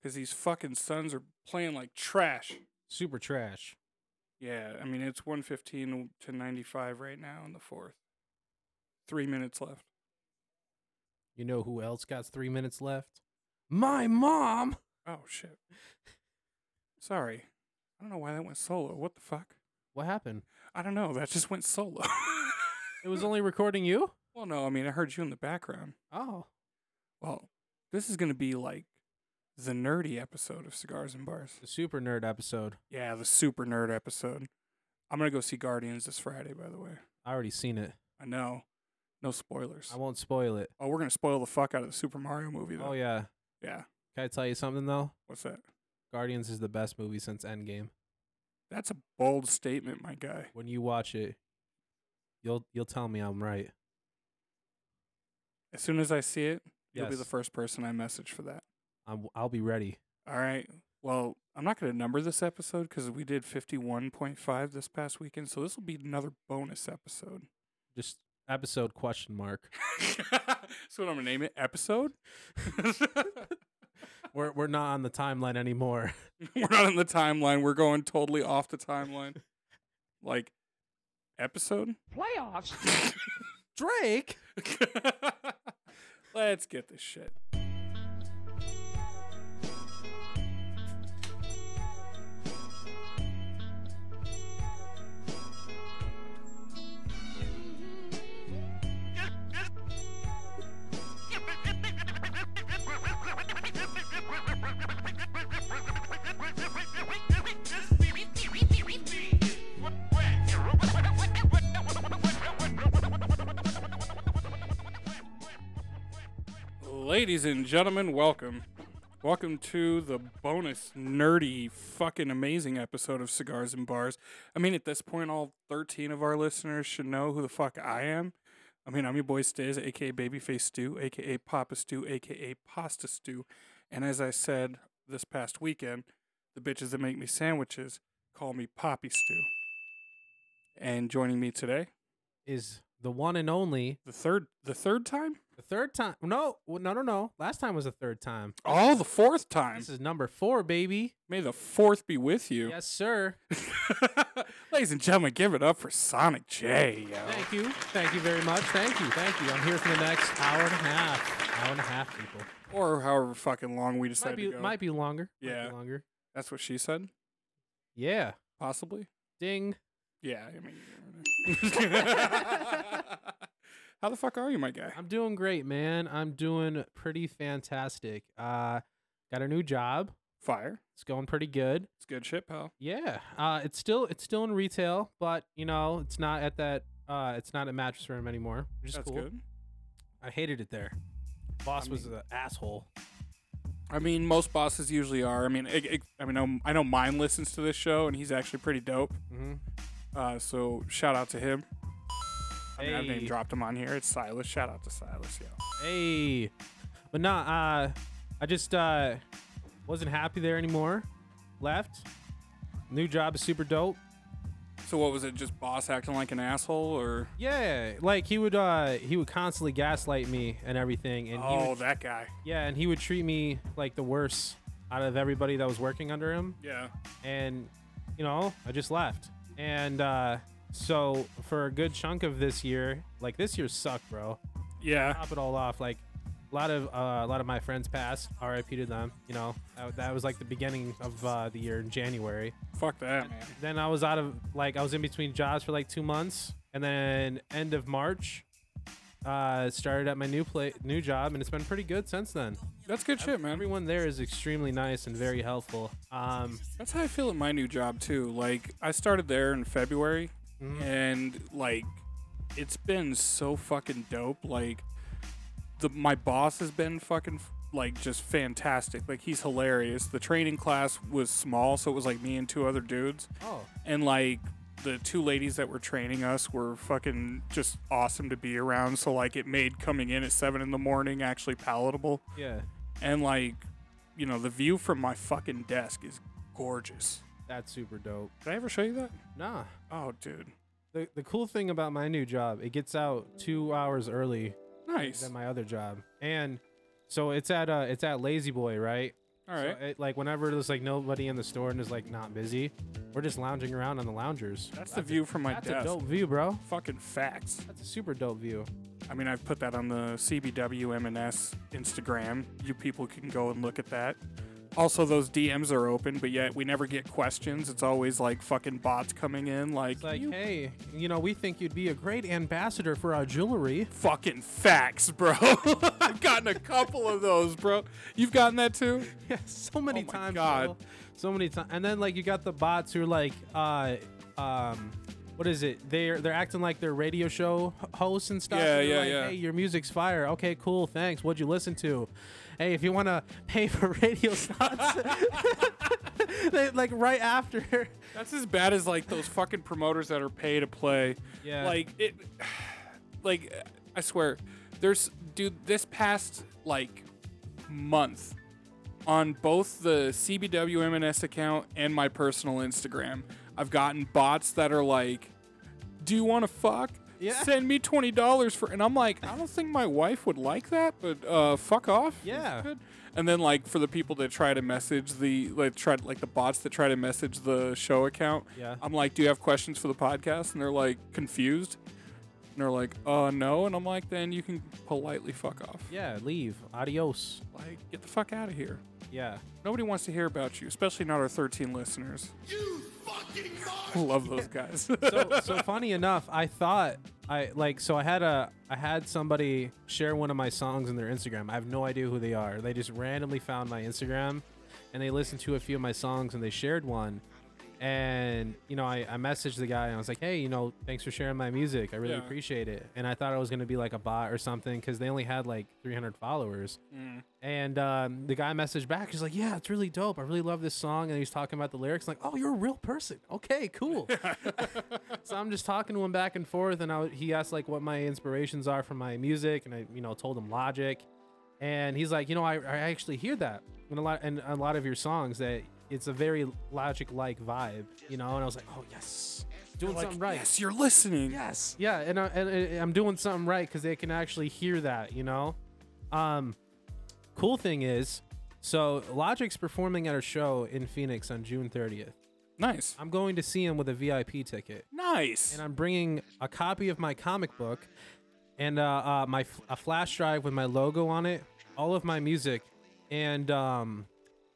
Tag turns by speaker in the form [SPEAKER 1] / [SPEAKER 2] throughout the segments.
[SPEAKER 1] because these fucking Suns are playing like trash.
[SPEAKER 2] Super trash.
[SPEAKER 1] Yeah, I mean it's one fifteen to ninety five right now in the fourth. Three minutes left.
[SPEAKER 2] You know who else got three minutes left? My mom.
[SPEAKER 1] Oh shit. Sorry, I don't know why that went solo. What the fuck?
[SPEAKER 2] What happened?
[SPEAKER 1] I don't know. That just went solo.
[SPEAKER 2] It was only recording you.
[SPEAKER 1] well, no, I mean I heard you in the background.
[SPEAKER 2] Oh,
[SPEAKER 1] Well, this is gonna be like the nerdy episode of Cigars and Bars.
[SPEAKER 2] the super nerd episode.
[SPEAKER 1] Yeah, the super nerd episode. I'm gonna go see Guardians this Friday. By the way,
[SPEAKER 2] I already seen it.
[SPEAKER 1] I know. No spoilers.
[SPEAKER 2] I won't spoil it.
[SPEAKER 1] Oh, we're gonna spoil the fuck out of the Super Mario movie though.
[SPEAKER 2] Oh yeah.
[SPEAKER 1] Yeah.
[SPEAKER 2] Can I tell you something though?
[SPEAKER 1] What's that?
[SPEAKER 2] Guardians is the best movie since Endgame.
[SPEAKER 1] That's a bold statement, my guy.
[SPEAKER 2] When you watch it, you'll you'll tell me I'm right.
[SPEAKER 1] As soon as I see it, you'll be the
[SPEAKER 2] Yes.
[SPEAKER 1] first person I message for that.
[SPEAKER 2] I'm, I'll be ready.
[SPEAKER 1] All right. Well, I'm not gonna number this episode because we did 51.5 this past weekend, so this will be another bonus episode.
[SPEAKER 2] Just episode question mark.
[SPEAKER 1] so what I'm gonna name it episode.
[SPEAKER 2] we're we're not on the timeline anymore.
[SPEAKER 1] we're not on the timeline. We're going totally off the timeline. Like episode.
[SPEAKER 3] Playoffs?
[SPEAKER 2] Drake.
[SPEAKER 1] Let's get this shit. Ladies and gentlemen, welcome. Welcome to the bonus nerdy fucking amazing episode of Cigars and Bars. I mean, at this point, all 13 of our listeners should know who the fuck I am. I mean, I'm your boy Stiz, aka Babyface Stew, aka Papa Stew, aka Pasta Stew. And as I said this past weekend, the bitches that make me sandwiches call me Poppy Stew. And joining me today,
[SPEAKER 2] Is the one and only
[SPEAKER 1] the third the third time?
[SPEAKER 2] the third time? No, w- no, no, no. Last time was the third time.
[SPEAKER 1] Oh, the fourth time.
[SPEAKER 2] This is number four, baby.
[SPEAKER 1] May the fourth be with you.
[SPEAKER 2] Yes, sir.
[SPEAKER 1] Ladies and gentlemen, give it up for Sonic J, yo.
[SPEAKER 2] Thank you. Thank you very much. Thank you. Thank you. I'm here for the next hour and a half. Hour and a half, people.
[SPEAKER 1] Or however fucking long we decide
[SPEAKER 2] Might be
[SPEAKER 1] to go.
[SPEAKER 2] might be longer. Might be
[SPEAKER 1] Yeah.
[SPEAKER 2] longer.
[SPEAKER 1] That's what she said,
[SPEAKER 2] Yeah.
[SPEAKER 1] possibly.
[SPEAKER 2] Ding.
[SPEAKER 1] Yeah, I mean. you never know. How the fuck are you, my guy?
[SPEAKER 2] I'm doing great, man. I'm doing pretty fantastic. Uh got a new job.
[SPEAKER 1] Fire.
[SPEAKER 2] It's going pretty good.
[SPEAKER 1] It's good shit, pal.
[SPEAKER 2] Yeah. Uh it's still it's still in retail, but you know, it's not at that uh it's not a mattress firm anymore. Which is
[SPEAKER 1] That's
[SPEAKER 2] cool.
[SPEAKER 1] good.
[SPEAKER 2] I hated it there. Boss was
[SPEAKER 1] mean-
[SPEAKER 2] an asshole.
[SPEAKER 1] I mean, most bosses usually are. I mean, it, it- I mean, I'm- I know mine listens to this show, and he's actually pretty dope.
[SPEAKER 2] Mm-hmm.
[SPEAKER 1] Uh, so shout out to him. I mean, I've
[SPEAKER 2] Hey.
[SPEAKER 1] name dropped him on here. It's Silas. Shout out to Silas, yo.
[SPEAKER 2] Hey, but nah, uh, I just uh, wasn't happy there anymore. Left. New job is super dope.
[SPEAKER 1] So what was it? Just boss acting like an asshole, or
[SPEAKER 2] Yeah, like he would uh, he would constantly gaslight me and everything, and he
[SPEAKER 1] oh,
[SPEAKER 2] would,
[SPEAKER 1] that guy.
[SPEAKER 2] yeah, and he would treat me like the worst out of everybody that was working under him.
[SPEAKER 1] Yeah.
[SPEAKER 2] and you know i just left and uh so for a good chunk of this year like this year sucked bro
[SPEAKER 1] Yeah.
[SPEAKER 2] top it all off like a lot of uh, a lot of my friends passed rip to them you know that, that was like the beginning of uh, the year in january
[SPEAKER 1] Fuck that, man.
[SPEAKER 2] then i was out of like i was in between jobs for like two months and then end of march uh started at my new play new job and it's been pretty good since then
[SPEAKER 1] That's good shit, man.
[SPEAKER 2] everyone there is extremely nice and very helpful um
[SPEAKER 1] That's how I feel at my new job too. Like I started there in February and like it's been so fucking dope. Like the my boss has been fucking like just fantastic. Like he's hilarious. The training class was small, so it was like me and two other dudes.
[SPEAKER 2] oh
[SPEAKER 1] and like the two ladies that were training us were fucking just awesome to be around so like it made coming in at seven in the morning actually palatable
[SPEAKER 2] yeah
[SPEAKER 1] and like you know the view from my fucking desk is gorgeous
[SPEAKER 2] that's super dope
[SPEAKER 1] did i ever show you that
[SPEAKER 2] Nah.
[SPEAKER 1] oh dude
[SPEAKER 2] The, the cool thing about my new job, it gets out two hours early
[SPEAKER 1] nice
[SPEAKER 2] than my other job, and so it's at uh it's at Lazy Boy, right?
[SPEAKER 1] All right.
[SPEAKER 2] So it, like whenever there's like nobody in the store and it's like not busy, we're just lounging around on the loungers.
[SPEAKER 1] that's, the view from my
[SPEAKER 2] That's
[SPEAKER 1] desk.
[SPEAKER 2] a dope view, bro.
[SPEAKER 1] Fucking facts.
[SPEAKER 2] That's a super dope view.
[SPEAKER 1] I mean, I've put that on the CBW M&S Instagram. You people can go and look at that. Also, those DMs are open, but yet we never get questions. It's always like fucking bots coming in, like,
[SPEAKER 2] It's like,
[SPEAKER 1] you
[SPEAKER 2] hey, you know, we think you'd be a great ambassador for our jewelry.
[SPEAKER 1] fucking facts, bro. I've gotten a couple of those, bro. You've gotten that too?
[SPEAKER 2] Yeah, so many
[SPEAKER 1] Oh my
[SPEAKER 2] times.
[SPEAKER 1] God.
[SPEAKER 2] bro. So many times. And then like you got the bots who are like, uh, um, what is it? They're they're acting like they're radio show h- hosts and stuff.
[SPEAKER 1] Yeah,
[SPEAKER 2] and they're
[SPEAKER 1] yeah,
[SPEAKER 2] like,
[SPEAKER 1] yeah.
[SPEAKER 2] Hey, your music's fire. Okay, cool. Thanks. What'd you listen to? Hey, if you want to pay for radio slots, they, like right after.
[SPEAKER 1] That's as bad as like those fucking promoters that are pay to play.
[SPEAKER 2] Yeah.
[SPEAKER 1] Like it like I swear there's dude this past like month on both the CBW M&S account and my personal Instagram, I've gotten bots that are like do you want to fuck?
[SPEAKER 2] Yeah.
[SPEAKER 1] Send me twenty dollars for, and I'm like, I don't think my wife would like that, but uh, fuck off. It's
[SPEAKER 2] Yeah.
[SPEAKER 1] good. And then like for the people that try to message the like try like the bots that try to message the show account,
[SPEAKER 2] Yeah.
[SPEAKER 1] I'm like, do you have questions for the podcast? And they're like confused, and they're like, uh, no. And I'm like, then you can politely fuck off.
[SPEAKER 2] Yeah, leave. Adios.
[SPEAKER 1] Like, get the fuck out of here.
[SPEAKER 2] Yeah.
[SPEAKER 1] Nobody wants to hear about you, especially not our 13 listeners.
[SPEAKER 3] You fucking
[SPEAKER 1] I love those guys.
[SPEAKER 2] so, so funny enough, I thought I like so I had a I had somebody share one of my songs in their Instagram. I have no idea who they are. They just randomly found my Instagram and they listened to a few of my songs and they shared one. And you know, I, I messaged the guy and I was like, "Hey, you know, thanks for sharing my music. I really
[SPEAKER 1] Yeah.
[SPEAKER 2] appreciate it." And I thought it was gonna be like a bot or something because they only had like 300 followers. And um, the guy messaged back. He's like, "Yeah, it's really dope. I really love this song." And he's talking about the lyrics. like, "Oh, you're a real person. Okay, cool." so I'm just talking to him back and forth, and I, w- he asked like what my inspirations are for my music, and I you know told him Logic, and he's like, you know, I, I actually hear that in a lot in a lot of your songs that it's a very Logic like vibe, you know, and I was like, oh yes, doing something right.
[SPEAKER 1] yes, you're listening.
[SPEAKER 2] Yes. Yeah, and, I, and, and I'm doing something right because they can actually hear that, you know. Um, cool thing is, so Logic's performing at a show in Phoenix on June 30th.
[SPEAKER 1] Nice.
[SPEAKER 2] I'm going to see him with a VIP ticket,
[SPEAKER 1] Nice.
[SPEAKER 2] and I'm bringing a copy of my comic book and uh, uh, my f- a flash drive with my logo on it, all of my music, and um,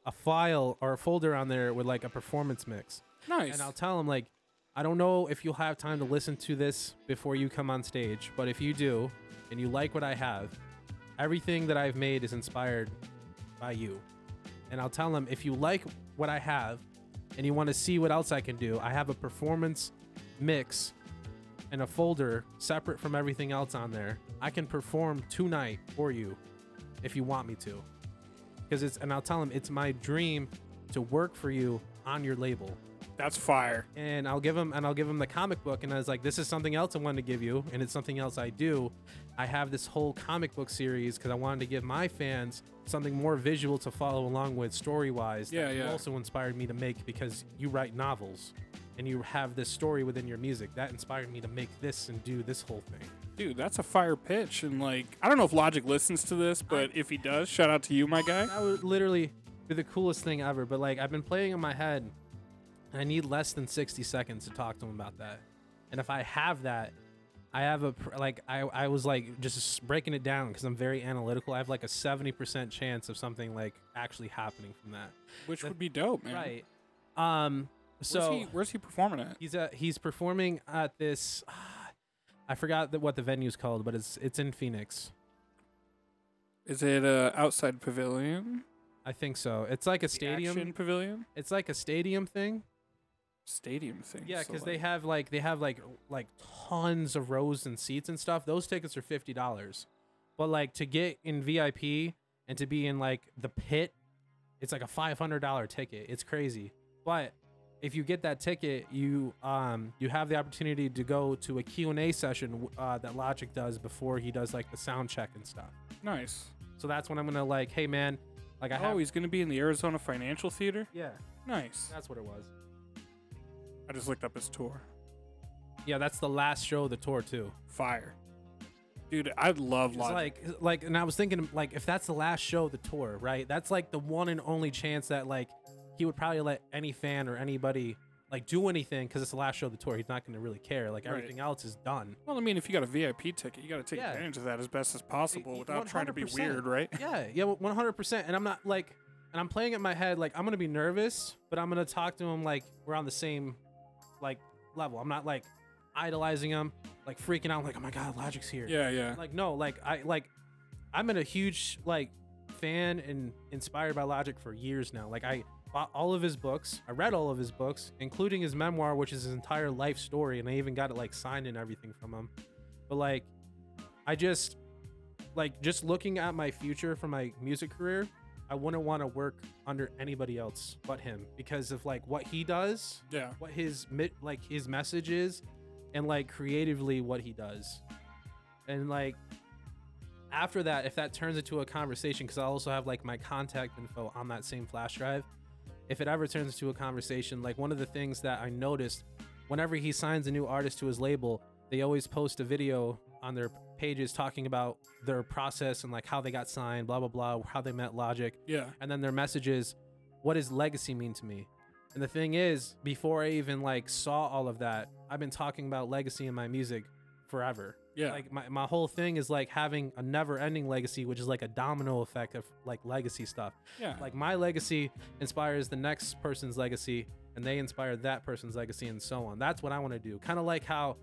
[SPEAKER 2] a file or a folder on there with like a performance mix
[SPEAKER 1] nice.
[SPEAKER 2] and I'll tell him like, I don't know if you'll have time to listen to this before you come on stage, but if you do, and you like what I have, everything that I've made is inspired by you. And I'll tell him if you like what I have, and you want to see what else I can do, I have a performance mix and a folder separate from everything else on there. I can perform tonight for you if you want me to. Because it's, and I'll tell him it's my dream to work for you on your label
[SPEAKER 1] That's fire.
[SPEAKER 2] and I'll give him and I'll give him the comic book and I was like this is something else I wanted to give you and it's something else I do. I have this whole comic book series cuz I wanted to give my fans something more visual to follow along with story-wise
[SPEAKER 1] Yeah,
[SPEAKER 2] that
[SPEAKER 1] yeah.
[SPEAKER 2] also inspired me to make because you write novels and you have this story within your music that inspired me to make this and do this whole thing.
[SPEAKER 1] Dude, that's a fire pitch. And like, I don't know if Logic listens to this, but if he does, shout out to you, my guy.
[SPEAKER 2] That would literally be the coolest thing ever, but like I've been playing in my head and I need less than 60 seconds to talk to him about that. And if I have that, I have a pr- like I, I was like just breaking it down because I'm very analytical. I have like a 70% chance of something like actually happening from that.
[SPEAKER 1] Which would be dope, man.
[SPEAKER 2] Right. Um so
[SPEAKER 1] Where's he, where's he performing at?
[SPEAKER 2] he's uh he's performing at this ah, I forgot that what the venue's called, but it's it's in Phoenix.
[SPEAKER 1] Is it uh, outside pavilion?
[SPEAKER 2] I think so. It's like a
[SPEAKER 1] The
[SPEAKER 2] stadium.
[SPEAKER 1] Action pavilion?
[SPEAKER 2] It's like a stadium thing.
[SPEAKER 1] Stadium thing.
[SPEAKER 2] Yeah,
[SPEAKER 1] so,
[SPEAKER 2] because they
[SPEAKER 1] like-
[SPEAKER 2] have like they have like like tons of rows and seats and stuff. Those tickets are fifty dollars, but like to get in VIP and to be in like the pit, it's like a five hundred dollar ticket. It's crazy, but if you get that ticket, you um you have the opportunity to go to a Q and A session uh, that Logic does before he does like the sound check and stuff.
[SPEAKER 1] Nice.
[SPEAKER 2] So that's when I'm gonna like, hey man, like I have
[SPEAKER 1] Oh, he's going to be in the Arizona Financial Theater?
[SPEAKER 2] yeah,
[SPEAKER 1] Nice.
[SPEAKER 2] that's what it was.
[SPEAKER 1] I just looked up his tour.
[SPEAKER 2] Yeah, that's the last show of the tour too.
[SPEAKER 1] Fire. Dude, I love
[SPEAKER 2] It's
[SPEAKER 1] Logic.
[SPEAKER 2] like like and I was thinking like if that's the last show of the tour, right? That's like the one and only chance that like he would probably let any fan or anybody like do anything because it's the last show of the tour. He's not going to really care. Like
[SPEAKER 1] Right.
[SPEAKER 2] everything else is done.
[SPEAKER 1] well, I mean, if you got a VIP ticket, you got to take
[SPEAKER 2] Yeah.
[SPEAKER 1] advantage of that as best as possible
[SPEAKER 2] y-
[SPEAKER 1] without trying to be
[SPEAKER 2] 100%.
[SPEAKER 1] weird, right?
[SPEAKER 2] Yeah, yeah, one hundred percent. And I'm not like, and I'm playing it in my head like I'm gonna be nervous, but I'm gonna talk to him like we're on the same, like level. I'm not like idolizing him, like freaking out like oh my god, Logic's here.
[SPEAKER 1] Yeah, yeah.
[SPEAKER 2] Like no, like I like I'm in a huge like fan and inspired by Logic for years now. Like I bought all of his books, I read all of his books, including his memoir, which is his entire life story, and I even got it like signed and everything from him. But like I just like just looking at my future for my music career, I wouldn't want to work under anybody else but him because of like what he does
[SPEAKER 1] Yeah.
[SPEAKER 2] what his mi- like his message is and like creatively what he does and like after that if that turns into a conversation because i also have like my contact info on that same flash drive if it ever turns into a conversation like one of the things that i noticed whenever he signs a new artist to his label they always post a video on their pages talking about their process and like how they got signed blah blah blah how they met logic
[SPEAKER 1] Yeah.
[SPEAKER 2] and then their message is what does legacy mean to me and the thing is before i even like saw all of that i've been talking about legacy in my music forever
[SPEAKER 1] Yeah.
[SPEAKER 2] like my, my whole thing is like having a never ending legacy which is like a domino effect of like legacy stuff
[SPEAKER 1] yeah.
[SPEAKER 2] like my legacy inspires the next person's legacy and they inspire that person's legacy and so on that's what i want to do kind of like how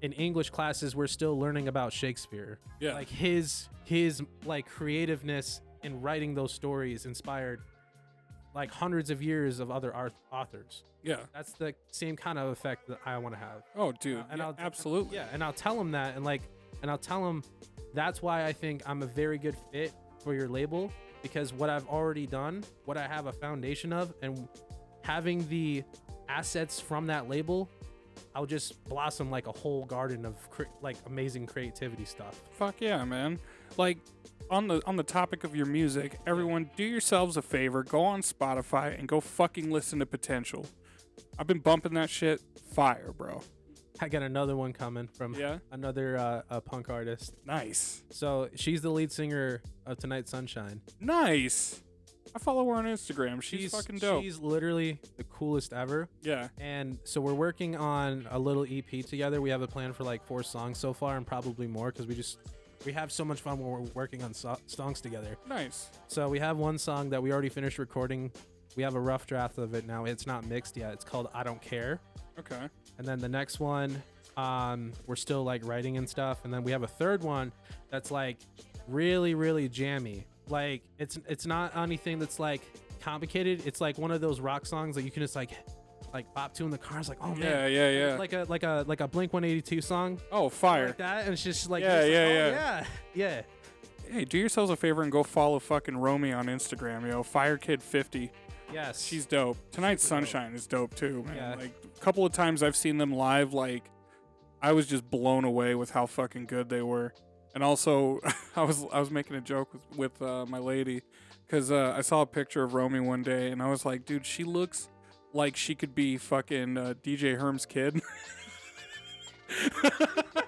[SPEAKER 2] in english classes we're still learning about shakespeare
[SPEAKER 1] yeah.
[SPEAKER 2] like his his like creativeness in writing those stories inspired like hundreds of years of other art- authors
[SPEAKER 1] yeah.
[SPEAKER 2] that's the same kind of effect that i want to have
[SPEAKER 1] Oh, dude.
[SPEAKER 2] Uh, and
[SPEAKER 1] yeah,
[SPEAKER 2] I'll-
[SPEAKER 1] absolutely.
[SPEAKER 2] yeah and i'll tell him that and like and i'll tell him that's why i think i'm a very good fit for your label because what i've already done what i have a foundation of and having the assets from that label i'll just blossom like a whole garden of cre- like amazing creativity stuff
[SPEAKER 1] Fuck yeah, man. Like on the on the topic of your music, everyone do yourselves a favor, go on Spotify and go fucking listen to Potential. I've been bumping that shit fire, bro.
[SPEAKER 2] I got another one coming from
[SPEAKER 1] Yeah.
[SPEAKER 2] another uh, a punk artist.
[SPEAKER 1] Nice.
[SPEAKER 2] So she's the lead singer of Tonight Sunshine.
[SPEAKER 1] Nice. I follow her on Instagram. She's, fucking dope.
[SPEAKER 2] She's literally the coolest ever.
[SPEAKER 1] yeah.
[SPEAKER 2] And so we're working on a little EP together. We have a plan for like four songs so far, and probably more because we just we have so much fun when we're working on so- songs together.
[SPEAKER 1] Nice.
[SPEAKER 2] So we have one song that we already finished recording. We have a rough draft of it now. It's not mixed yet. It's called I Don't Care.
[SPEAKER 1] Okay.
[SPEAKER 2] and then the next one um we're still like writing and stuff and then we have a third one that's like really really jammy like it's it's not anything that's like complicated it's like one of those rock songs that you can just like like bop to in the car it's like oh man
[SPEAKER 1] Yeah, yeah, yeah.
[SPEAKER 2] It's like a like a like a blink 182 song
[SPEAKER 1] oh, fire.
[SPEAKER 2] like that and it's just like
[SPEAKER 1] Yeah,
[SPEAKER 2] you're just
[SPEAKER 1] yeah,
[SPEAKER 2] like, oh, yeah yeah
[SPEAKER 1] Hey, do yourselves a favor and go follow fucking Romy on Instagram, yo. Fire Kid 50.
[SPEAKER 2] yes
[SPEAKER 1] She's dope. Tonight's
[SPEAKER 2] Super dope.
[SPEAKER 1] Sunshine is dope too, man.
[SPEAKER 2] Yeah.
[SPEAKER 1] Like a couple of times I've seen them live, like I was just blown away with how fucking good they were. And also, I was I was making a joke with, with uh, my lady because uh, I saw a picture of Romy one day, and I was like, dude, she looks like she could be fucking uh, DJ Herm's kid.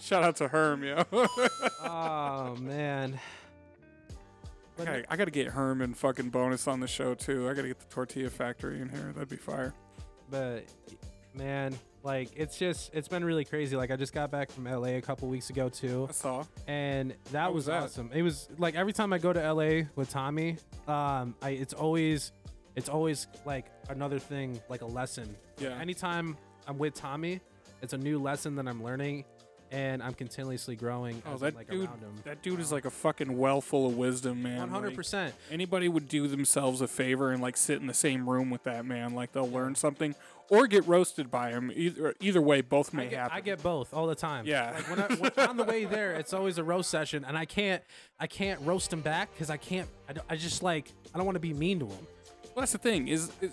[SPEAKER 1] Shout out to Herm, yo.
[SPEAKER 2] oh man
[SPEAKER 1] I
[SPEAKER 2] But
[SPEAKER 1] gotta, I gotta get Herm and fucking bonus on the show too. I gotta get the Tortilla Factory in here. That'd be fire.
[SPEAKER 2] but man like it's just it's been really crazy like i just got back from la a couple weeks ago too
[SPEAKER 1] I saw.
[SPEAKER 2] and that
[SPEAKER 1] How was
[SPEAKER 2] was,
[SPEAKER 1] that?
[SPEAKER 2] awesome it was like every time i go to la with tommy um i it's always it's always like another thing like a lesson
[SPEAKER 1] Yeah.
[SPEAKER 2] anytime i'm with tommy it's a new lesson that i'm learning and i'm continuously growing
[SPEAKER 1] Oh,
[SPEAKER 2] as
[SPEAKER 1] that
[SPEAKER 2] I'm, like
[SPEAKER 1] dude!
[SPEAKER 2] around him
[SPEAKER 1] That dude is like a fucking well full of wisdom, man. Like,
[SPEAKER 2] 100%
[SPEAKER 1] anybody would do themselves a favor and like sit in the same room with that man. Like they'll learn something or get roasted by him. Either either way, both may
[SPEAKER 2] I get,
[SPEAKER 1] happen.
[SPEAKER 2] I get both all the time.
[SPEAKER 1] Yeah.
[SPEAKER 2] Like when, I, when on the way there, it's always a roast session, and I can't, I can't roast him back because I can't. I, don't- I just like I don't want to be mean to him.
[SPEAKER 1] Well, that's the thing. Is, is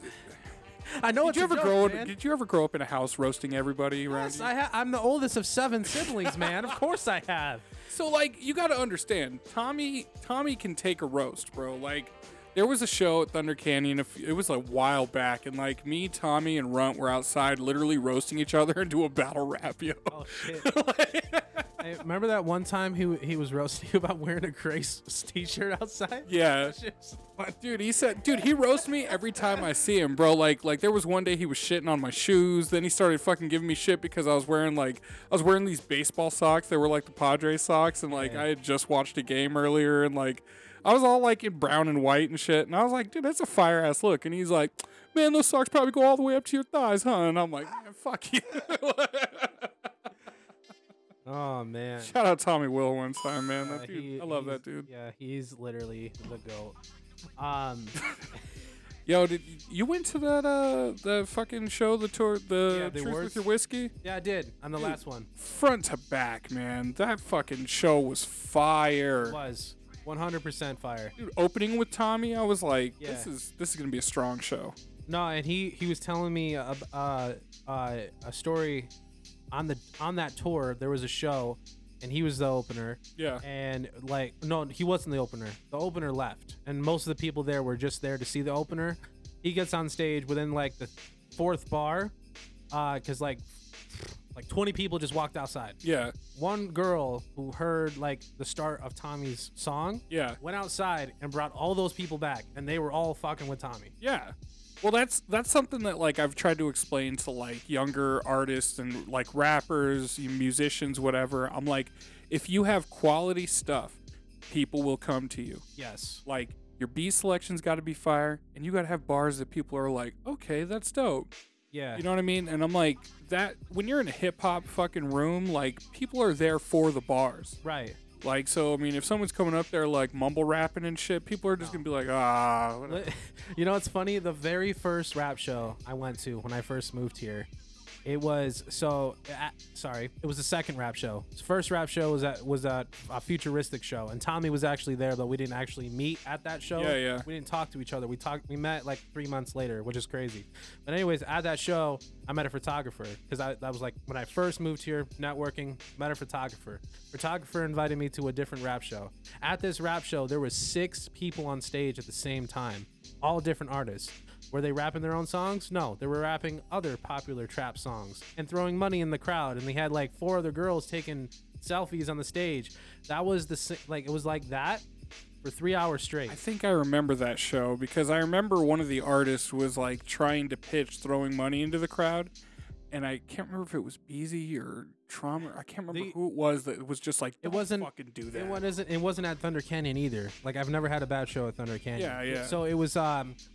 [SPEAKER 2] I know
[SPEAKER 1] did
[SPEAKER 2] it's
[SPEAKER 1] you
[SPEAKER 2] a
[SPEAKER 1] ever
[SPEAKER 2] joke,
[SPEAKER 1] grow?
[SPEAKER 2] man.
[SPEAKER 1] Did you ever grow up in a house roasting everybody around
[SPEAKER 2] Yes,
[SPEAKER 1] you?
[SPEAKER 2] I ha- I'm the oldest of seven siblings, man. of course I have.
[SPEAKER 1] So like you got to understand, Tommy Tommy can take a roast, bro. Like there was a show at Thunder Canyon. a f- It was a while back, and like me, Tommy, and Runt were outside, literally roasting each other into a battle rap, yo.
[SPEAKER 2] Oh shit. Oh, Hey, remember that one time he he was roasting you about wearing a gray s- t-shirt outside?
[SPEAKER 1] Yeah.
[SPEAKER 2] Just like-
[SPEAKER 1] Dude, he said, dude, he roasts me every time I see him, bro. Like, like there was one day he was shitting on my shoes. Then he started fucking giving me shit because I was wearing like I was wearing these baseball socks. They were like the Padres socks, and like I had just watched a game earlier, and like I was all like in brown and white and shit. And I was like, dude, that's a fire ass look. And he's like, man, those socks probably go all the way up to your thighs, huh? And I'm like, man, fuck you.
[SPEAKER 2] oh man.
[SPEAKER 1] Shout out Tommy Will one time, man.
[SPEAKER 2] Uh,
[SPEAKER 1] That dude,
[SPEAKER 2] he-
[SPEAKER 1] I love
[SPEAKER 2] he's-
[SPEAKER 1] that dude.
[SPEAKER 2] Yeah, he's literally the goat. Um,
[SPEAKER 1] Yo, did you went to that uh the fucking show, the tour, the
[SPEAKER 2] Yeah, the
[SPEAKER 1] Truth
[SPEAKER 2] awards.
[SPEAKER 1] with Your Whiskey?
[SPEAKER 2] yeah, I did. I'm the last one.
[SPEAKER 1] front to back, man. That fucking show was fire.
[SPEAKER 2] Was 100% fire.
[SPEAKER 1] Dude, opening with Tommy, I was like, this
[SPEAKER 2] Yeah.
[SPEAKER 1] is this is gonna be a strong show.
[SPEAKER 2] No, and he he was telling me uh, uh, uh, a story on the on that tour. There was a show, and he was the opener.
[SPEAKER 1] Yeah.
[SPEAKER 2] and like no he wasn't the opener the opener left and most of the people there were just there to see the opener he gets on stage within like the fourth bar uh because like like 20 people just walked outside
[SPEAKER 1] Yeah.
[SPEAKER 2] one girl who heard like the start of tommy's song
[SPEAKER 1] Yeah.
[SPEAKER 2] went outside and brought all those people back and they were all fucking with tommy
[SPEAKER 1] Yeah. Well, that's that's something that like I've tried to explain to like younger artists and like rappers, you musicians, whatever. I'm like, if you have quality stuff, people will come to you.
[SPEAKER 2] yes
[SPEAKER 1] Like your B selection's got to be fire, and you got to have bars that people are like, okay, that's dope.
[SPEAKER 2] yeah
[SPEAKER 1] You know what I mean? And I'm like, that when you're in a hip hop fucking room, like people are there for the bars.
[SPEAKER 2] right
[SPEAKER 1] Like, so I mean, if someone's coming up there like mumble rapping and shit, people are just gonna be like, ah, whatever.
[SPEAKER 2] Li- you know, it's funny. The very first rap show I went to when I first moved here, it was so. Uh, sorry, it was the second rap show. The first rap show was at was at a futuristic show, and Tommy was actually there, but we didn't actually meet at that show.
[SPEAKER 1] Yeah, yeah.
[SPEAKER 2] We didn't talk to each other. We talked. We met like three months later, which is crazy. But anyways, at that show, I met a photographer because I that was like when I first moved here, networking. Met a photographer. Photographer invited me to a different rap show. At this rap show, there was six people on stage at the same time, all different artists. Were they rapping their own songs? No, they were rapping other popular trap songs and throwing money in the crowd. And they had like four other girls taking selfies on the stage. That was the si- like it was like that for three hours straight.
[SPEAKER 1] I think I remember that show because I remember one of the artists was like trying to pitch throwing money into the crowd, and I can't remember if it was Beezy or Trauma. I can't remember
[SPEAKER 2] The-
[SPEAKER 1] who it was that was just like, it
[SPEAKER 2] wasn't-
[SPEAKER 1] fucking do that.
[SPEAKER 2] It wasn't. It wasn't at Thunder Canyon either. Like I've never had a bad show at Thunder Canyon.
[SPEAKER 1] Yeah, yeah.
[SPEAKER 2] So it was. Um,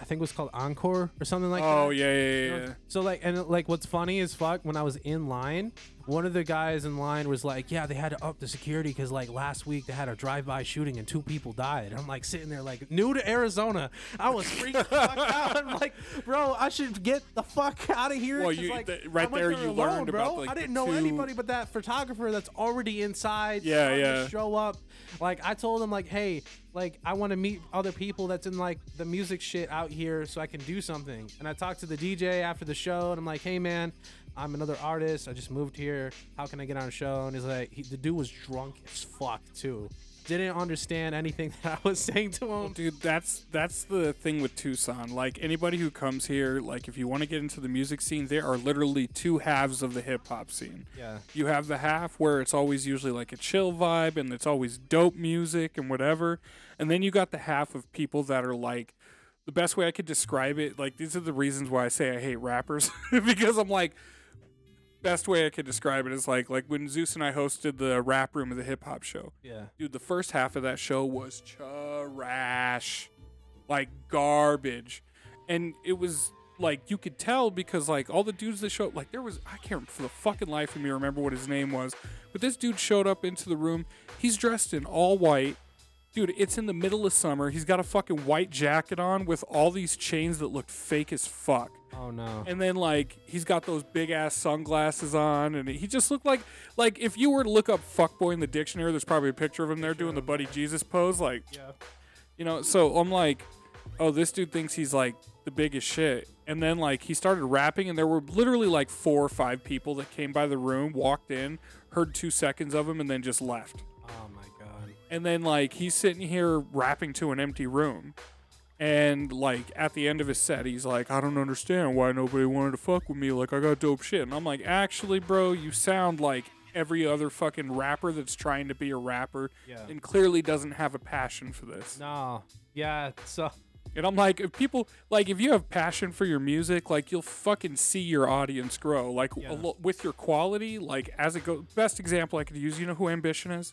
[SPEAKER 2] I think it was called Encore or something like that.
[SPEAKER 1] oh yeah, yeah, yeah. yeah.
[SPEAKER 2] So like and like what's funny is fuck when I was in line, one of the guys in line was like, "Yeah, they had to up the security because like last week they had a drive-by shooting and two people died." And I'm like sitting there like new to Arizona, I was freaking the fuck out. I'm like, bro, I should get the fuck out of here.
[SPEAKER 1] Well,
[SPEAKER 2] 'cause,
[SPEAKER 1] you-
[SPEAKER 2] like,
[SPEAKER 1] th- right
[SPEAKER 2] I went
[SPEAKER 1] there you
[SPEAKER 2] alone,
[SPEAKER 1] learned
[SPEAKER 2] bro.
[SPEAKER 1] about, like,
[SPEAKER 2] I
[SPEAKER 1] the
[SPEAKER 2] didn't know
[SPEAKER 1] two-
[SPEAKER 2] anybody but that photographer that's already inside.
[SPEAKER 1] Yeah,
[SPEAKER 2] starting to
[SPEAKER 1] yeah.
[SPEAKER 2] show up. Like I told him, like, hey, like I want to meet other people that's in like the music shit out here, so I can do something. And I talked to the DJ after the show, and I'm like, hey man, I'm another artist. I just moved here. How can I get on a show? And he's like, he, the dude was drunk as fuck too. Didn't understand anything that I was saying to him.
[SPEAKER 1] dude that's that's the thing with tucson like anybody who comes here like if you want to get into the music scene there are literally two halves of the hip-hop scene
[SPEAKER 2] Yeah.
[SPEAKER 1] you have the half where it's always usually like a chill vibe and it's always dope music and whatever and then you got the half of people that are like the best way i could describe it like these are the reasons why i say i hate rappers because i'm like best way i could describe it is like like when zeus and i hosted the rap room of the hip-hop show
[SPEAKER 2] Yeah.
[SPEAKER 1] Dude, the first half of that show was trash, like garbage, and it was like you could tell because like all the dudes that showed like there was I can't for the fucking life of me remember what his name was, but this dude showed up into the room. He's dressed in all white. Dude, it's in the middle of summer. He's got a fucking white jacket on with all these chains that looked fake as fuck.
[SPEAKER 2] Oh no.
[SPEAKER 1] And then like he's got those big ass sunglasses on, and he just looked like like if you were to look up fuckboy in the dictionary, there's probably a picture of him there doing the buddy Jesus pose, like
[SPEAKER 2] Yeah.
[SPEAKER 1] you know. So I'm like, oh, this dude thinks he's like the biggest shit. And then like he started rapping, and there were literally like four or five people that came by the room, walked in, heard two seconds of him, and then just left
[SPEAKER 2] Oh my god.
[SPEAKER 1] and then like he's sitting here rapping to an empty room and like at the end of his set he's like i don't understand why nobody wanted to fuck with me like i got dope shit and i'm like actually bro you sound like every other fucking rapper that's trying to be a rapper
[SPEAKER 2] Yeah.
[SPEAKER 1] and clearly doesn't have a passion for this.
[SPEAKER 2] No. Yeah. So
[SPEAKER 1] And I'm like, if people like, if you have passion for your music, like you'll fucking see your audience grow, like
[SPEAKER 2] Yeah.
[SPEAKER 1] a lo- with your quality, like as it goes. Best example I could use, you know who Ambition is?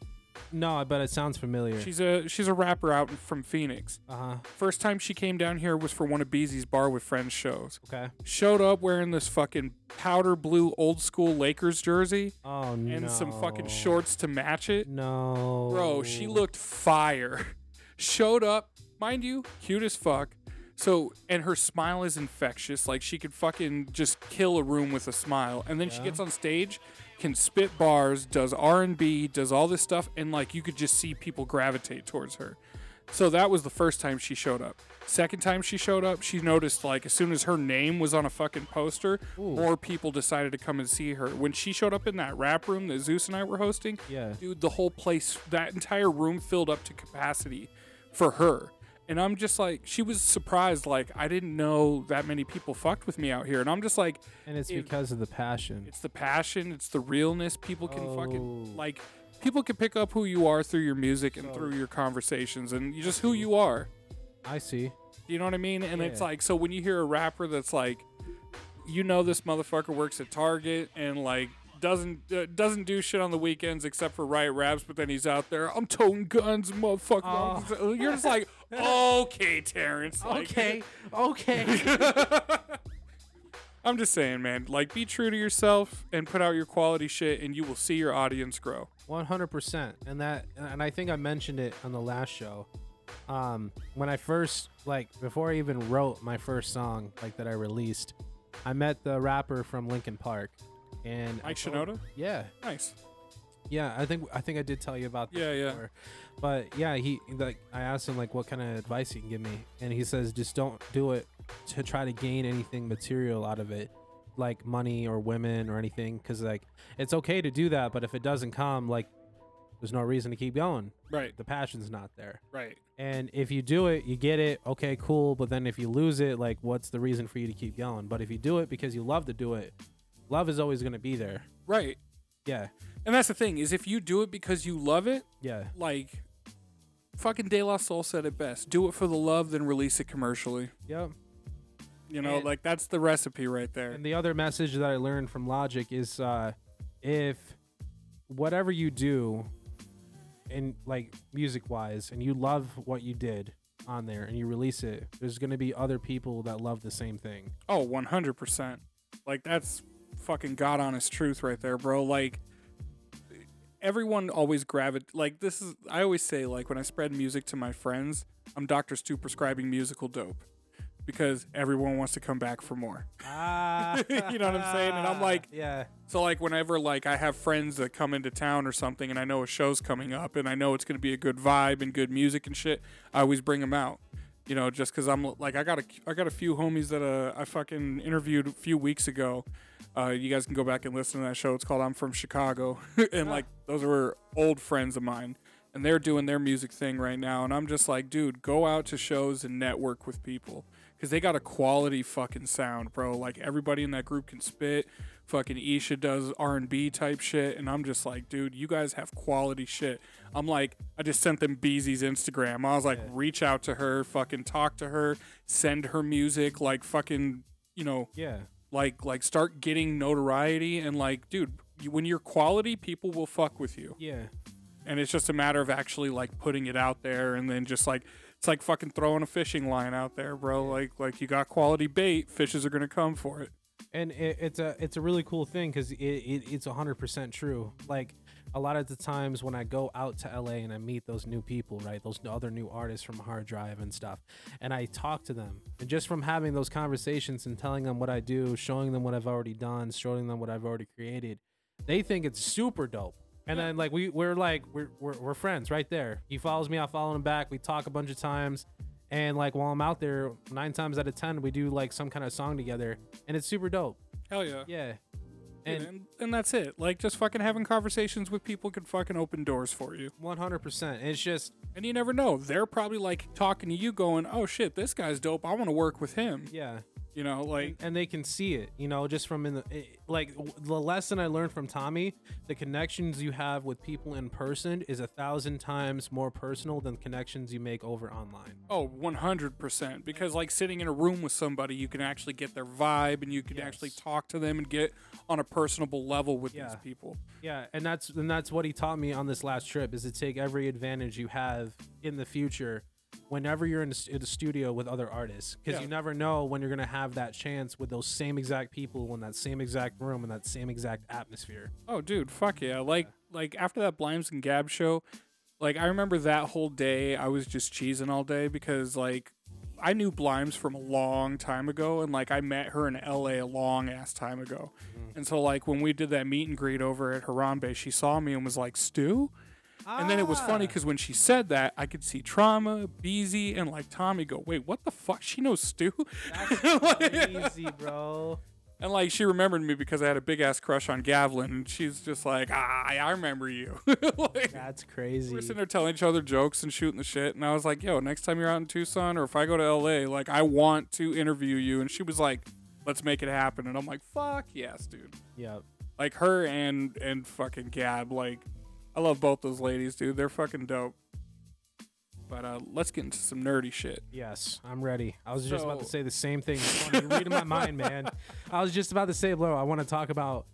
[SPEAKER 2] no, I bet it sounds familiar.
[SPEAKER 1] She's a she's a rapper out from Phoenix.
[SPEAKER 2] Uh huh.
[SPEAKER 1] First time she came down here was for one of Beezy's Bar with Friends shows.
[SPEAKER 2] Okay.
[SPEAKER 1] Showed up wearing this fucking powder blue old school Lakers jersey
[SPEAKER 2] Oh no.
[SPEAKER 1] and some fucking shorts to match it.
[SPEAKER 2] No.
[SPEAKER 1] Bro, she looked fire. Showed up, mind you, cute as fuck. So, and her smile is infectious. Like, she could fucking just kill a room with a smile. And then she
[SPEAKER 2] Yeah.
[SPEAKER 1] gets on stage, can spit bars, does R&B, does all this stuff. And, like, you could just see people gravitate towards her. So that was the first time she showed up. Second time she showed up, she noticed like as soon as her name was on a fucking poster, more people decided to come and see her. When she showed up in that rap room that Zeus and I were hosting,
[SPEAKER 2] Yeah.
[SPEAKER 1] dude, the whole place, that entire room filled up to capacity for her. And I'm just like, she was surprised. Like, I didn't know that many people fucked with me out here. And I'm just like,
[SPEAKER 2] And it's
[SPEAKER 1] It-
[SPEAKER 2] because of the passion.
[SPEAKER 1] it's the passion, it's the realness. People can fucking
[SPEAKER 2] Oh.
[SPEAKER 1] like, people can pick up who you are through your music and through your conversations and you- just who you are.
[SPEAKER 2] I see.
[SPEAKER 1] You know what I mean? And it's
[SPEAKER 2] Yeah.
[SPEAKER 1] like, so when you hear a rapper that's like, you know, this motherfucker works at Target and like doesn't uh, doesn't do shit on the weekends except for riot raps, but then he's out there, I'm toting guns, motherfucker. You're just like, okay, Terrence. like-
[SPEAKER 2] Okay.
[SPEAKER 1] I'm just saying, man. Like, be true to yourself and put out your quality shit, and you will see your audience grow.
[SPEAKER 2] One hundred percent. And that. And I think I mentioned it on the last show. Um, when I first like before I even wrote my first song like that I released, I met the rapper from Lincoln Park, and I
[SPEAKER 1] Mike
[SPEAKER 2] told-
[SPEAKER 1] Shinoda?
[SPEAKER 2] Yeah.
[SPEAKER 1] Nice.
[SPEAKER 2] Yeah, I think I think I did tell you about this
[SPEAKER 1] Yeah, yeah.
[SPEAKER 2] before. But yeah, he like I asked him like what kind of advice he can give me, and he says just don't do it to try to gain anything material out of it, like money or women or anything, because like it's okay to do that, but if it doesn't come, like there's no reason to keep going.
[SPEAKER 1] Right,
[SPEAKER 2] The passion's not there.
[SPEAKER 1] right.
[SPEAKER 2] And if you do it, you get it. Okay, cool. But then if you lose it, like, what's the reason for you to keep going? But if you do it because you love to do it, love is always going to be there.
[SPEAKER 1] Right.
[SPEAKER 2] Yeah.
[SPEAKER 1] And that's the thing is if you do it because you love it,
[SPEAKER 2] Yeah.
[SPEAKER 1] like fucking De La Soul said it best. Do it for the love, then release it commercially.
[SPEAKER 2] Yep.
[SPEAKER 1] You know,
[SPEAKER 2] And-
[SPEAKER 1] like that's the recipe right there.
[SPEAKER 2] And the other message that I learned from Logic is uh, if whatever you do in like music wise and you love what you did on there and you release it, there's going to be other people that love the same thing.
[SPEAKER 1] Oh, 100%. Like, that's fucking God honest truth right there, bro. Like, everyone always gravitate. Like, this is, I always say, like, when I spread music to my friends, I'm Dr. Stu prescribing musical dope because everyone wants to come back for more.
[SPEAKER 2] Ah.
[SPEAKER 1] You know what I'm saying? And I'm like-
[SPEAKER 2] yeah.
[SPEAKER 1] So like whenever like I have friends that come into town or something and I know a show's coming up and I know it's going to be a good vibe and good music and shit, I always bring them out. You know, just cuz I'm like I got a I got a few homies that uh, I fucking interviewed a few weeks ago. Uh, you guys can go back and listen to that show. It's called I'm from Chicago. and like those were old friends of mine and they're doing their music thing right now and I'm just like, dude, go out to shows and network with people cuz they got a quality fucking sound, bro. Like everybody in that group can spit fucking Isha does R and B type shit, and I'm just like, dude, you guys have quality shit. I'm like, I just sent them Beezy's Instagram. I was like, reach out to her, fucking talk to her, send her music, like fucking, you know,
[SPEAKER 2] Yeah.
[SPEAKER 1] like like start getting notoriety and like, dude, you, when you're quality, people will fuck with you,
[SPEAKER 2] Yeah.
[SPEAKER 1] and it's just a matter of actually like putting it out there, and then just like. It's like fucking throwing a fishing line out there, bro. Like, like you got quality bait, fishes are gonna come for it.
[SPEAKER 2] and it, it's a it's a really cool thing because it, it it's hundred percent true. Like a lot of the times when I go out to LA and I meet those new people, right, those other new artists from Hard Drive and stuff, and I talk to them, and just from having those conversations and telling them what I do, showing them what I've already done, showing them what I've already created, they think it's super dope. And then like we we're like we're, we're we're friends right there. He follows me, I follow him back. We talk a bunch of times, and like while I'm out there, nine times out of ten we do like some kind of song together, and it's super dope.
[SPEAKER 1] Hell yeah.
[SPEAKER 2] Yeah.
[SPEAKER 1] and,
[SPEAKER 2] And
[SPEAKER 1] and that's it. Like just fucking having conversations with people can fucking open doors for you.
[SPEAKER 2] 100%. It's just,
[SPEAKER 1] And you never know. They're probably like talking to you going, "Oh shit, this guy's dope. I want to work with him."
[SPEAKER 2] yeah.
[SPEAKER 1] You know, like
[SPEAKER 2] and they can see it you know just from in the it- like w- the lesson i learned from tommy the connections you have with people in person is a thousand times more personal than connections you make over online
[SPEAKER 1] oh, 100% because like sitting in a room with somebody, you can actually get their vibe and you can actually
[SPEAKER 2] Yes.
[SPEAKER 1] talk to them and get on a personable level with
[SPEAKER 2] Yeah.
[SPEAKER 1] these people.
[SPEAKER 2] yeah and that's and that's what he taught me on this last trip is to take every advantage you have in the future whenever you're in the, in the studio with other artists because
[SPEAKER 1] Yeah.
[SPEAKER 2] you never know when you're going to have that chance with those same exact people in that same exact room in that same exact atmosphere
[SPEAKER 1] Oh, dude, fuck yeah! Like, like after that Blimes and Gab show, like I remember that whole day I was just cheesing all day because like I knew Blimes from a long time ago, and like I met her in L.A. a long ass time ago, and so like when we did that meet and greet over at Harambe, she saw me and was like, "Stu." And then it was funny because when she said that, I could see Trauma, Beezy, and like Tommy go, "Wait, what the fuck? She knows Stu."
[SPEAKER 2] crazy bro
[SPEAKER 1] And like she remembered me because I had a big ass crush on Gavlin, and she's just like, ah, I remember you. like,
[SPEAKER 2] that's crazy
[SPEAKER 1] we're sitting there telling each other jokes and shooting the shit, and I was like, yo, next time you're out in Tucson or if I go to LA, like I want to interview you. And she was like, let's make it happen. And I'm like, fuck yes, dude.
[SPEAKER 2] yep
[SPEAKER 1] Like her and and fucking Gab, like I love both those ladies, dude. They're fucking dope. But uh, let's get into some nerdy shit.
[SPEAKER 2] Yes, I'm ready. I was just about to
[SPEAKER 1] So-
[SPEAKER 2] say the same thing. It's funny, You're reading my mind, man. I was just about to say, bro, I want to talk about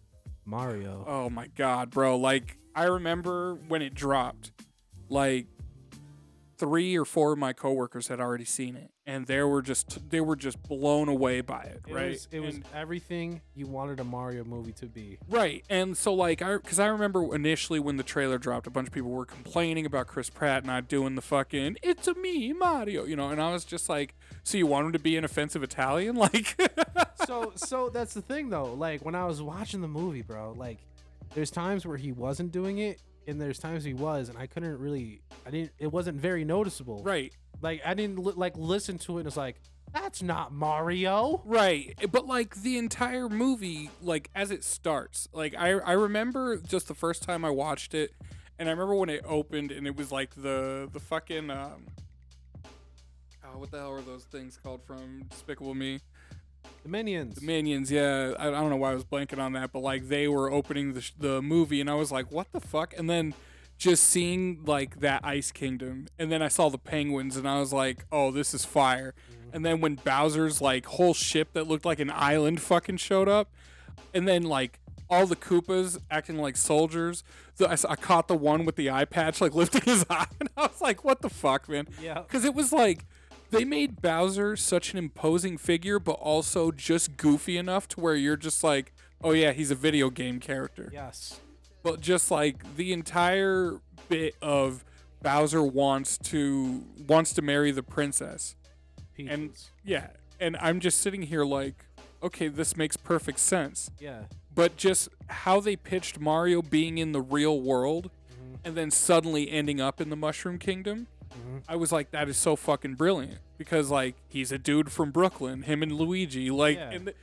[SPEAKER 2] Mario.
[SPEAKER 1] Oh my god, bro. Like I remember when it dropped, like three or four of my coworkers had already seen it and they were just they were just blown away by it,
[SPEAKER 2] It
[SPEAKER 1] right?
[SPEAKER 2] was, it was
[SPEAKER 1] And-
[SPEAKER 2] everything you wanted a Mario movie to be.
[SPEAKER 1] right. And so like I cuz I remember initially when the trailer dropped a bunch of people were complaining about Chris Pratt not doing the fucking it's a me Mario, you know, and I was just like, so you want him to be an offensive Italian like
[SPEAKER 2] so, so that's the thing though. Like when I was watching the movie, bro, like there's times where he wasn't doing it, and there's times he was, and I couldn't really, I didn't, it wasn't very noticeable.
[SPEAKER 1] right.
[SPEAKER 2] Like I didn't li- like listen to it, and it's like that's not Mario.
[SPEAKER 1] Right. eh, But like the entire movie, like as it starts, like I, I remember just the first time I watched it and I remember when it opened and it was like the the fucking um Oh, what the hell are those things called from Despicable Me?
[SPEAKER 2] The minions.
[SPEAKER 1] The Minions, yeah. I, I don't know why I was blanking on that, but like they were opening the, sh- the movie and I was like, what the fuck? And then just seeing like that Ice Kingdom and then I saw the penguins and I was like, oh, this is fire. And then when Bowser's like whole ship that looked like an island fucking showed up and then like all the Koopas acting like soldiers. The, I, s- I caught the one with the eye patch like lifting his eye and I was like, what the fuck, man?
[SPEAKER 2] Yeah.
[SPEAKER 1] Because it was like they made Bowser such an imposing figure, but also just goofy enough to where you're just like, oh yeah, he's a video game character.
[SPEAKER 2] yes.
[SPEAKER 1] But just like the entire bit of Bowser wants to wants to marry the princess.
[SPEAKER 2] Peaches.
[SPEAKER 1] And yeah, and I'm just sitting here like, okay, this makes perfect sense
[SPEAKER 2] yeah.
[SPEAKER 1] but just how they pitched Mario being in the real world
[SPEAKER 2] Mm-hmm.
[SPEAKER 1] and then suddenly ending up in the Mushroom Kingdom,
[SPEAKER 2] Mm-hmm.
[SPEAKER 1] I was like, that is so fucking brilliant because like he's a dude from Brooklyn, him and Luigi, like,
[SPEAKER 2] Yeah.
[SPEAKER 1] and the,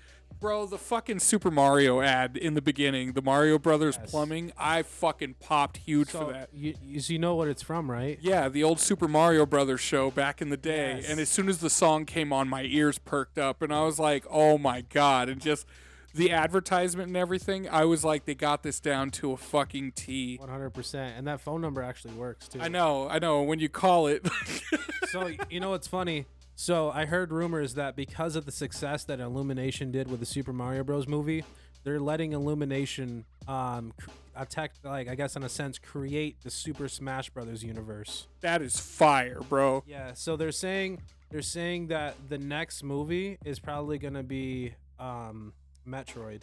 [SPEAKER 1] bro, the fucking Super Mario ad in the beginning, the Mario Brothers plumbing, I fucking popped huge
[SPEAKER 2] So
[SPEAKER 1] for that.
[SPEAKER 2] You, you, so you know what it's from, right?
[SPEAKER 1] Yeah, the old Super Mario Brothers show back in the day.
[SPEAKER 2] Yes.
[SPEAKER 1] And as soon as the song came on, my ears perked up and I was like, oh my God. And just the advertisement and everything, I was like, they got this down to a fucking T.
[SPEAKER 2] One hundred percent, and that phone number actually works too.
[SPEAKER 1] I know, I know. When you call it,
[SPEAKER 2] So you know what's funny? So I heard rumors that because of the success that Illumination did with the Super Mario Bros. movie, they're letting Illumination um cr- attack, like I guess in a sense, create the Super Smash Brothers universe.
[SPEAKER 1] that is fire, bro.
[SPEAKER 2] Yeah. So they're saying they're saying that the next movie is probably gonna be um Metroid.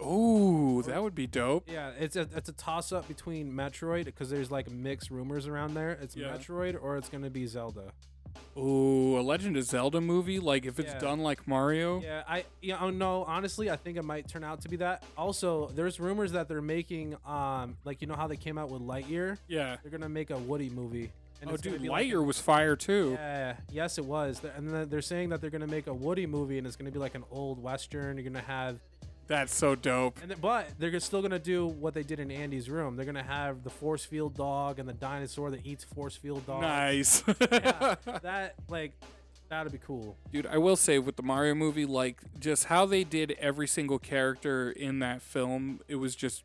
[SPEAKER 1] Ooh, that would be dope.
[SPEAKER 2] Yeah, it's a it's a toss up between Metroid because there's like mixed rumors around there. It's
[SPEAKER 1] Yeah.
[SPEAKER 2] Metroid or it's gonna be Zelda.
[SPEAKER 1] Ooh, a Legend of Zelda movie? Like, if it's
[SPEAKER 2] Yeah.
[SPEAKER 1] done like Mario?
[SPEAKER 2] Yeah, I yeah, oh no, honestly, I think it might turn out to be that. Also, there's rumors that they're making um like you know how they came out with Lightyear?
[SPEAKER 1] Yeah.
[SPEAKER 2] They're gonna make a Woody movie. And
[SPEAKER 1] Oh,
[SPEAKER 2] it's gonna
[SPEAKER 1] dude,
[SPEAKER 2] be like-
[SPEAKER 1] Lightyear was fire too.
[SPEAKER 2] yeah, yes, it was. Th- And then they're saying that they're gonna make a Woody movie, and it's gonna be like an old western. You're gonna have,
[SPEAKER 1] That's so dope.
[SPEAKER 2] and then, but they're still gonna do what they did in Andy's room. They're gonna have the force field Oh. dog and the dinosaur that eats force field dog.
[SPEAKER 1] Nice.
[SPEAKER 2] Yeah, that like That'd be cool.
[SPEAKER 1] Dude, I will say with the Mario movie, like just how they did every single character in that film, it was just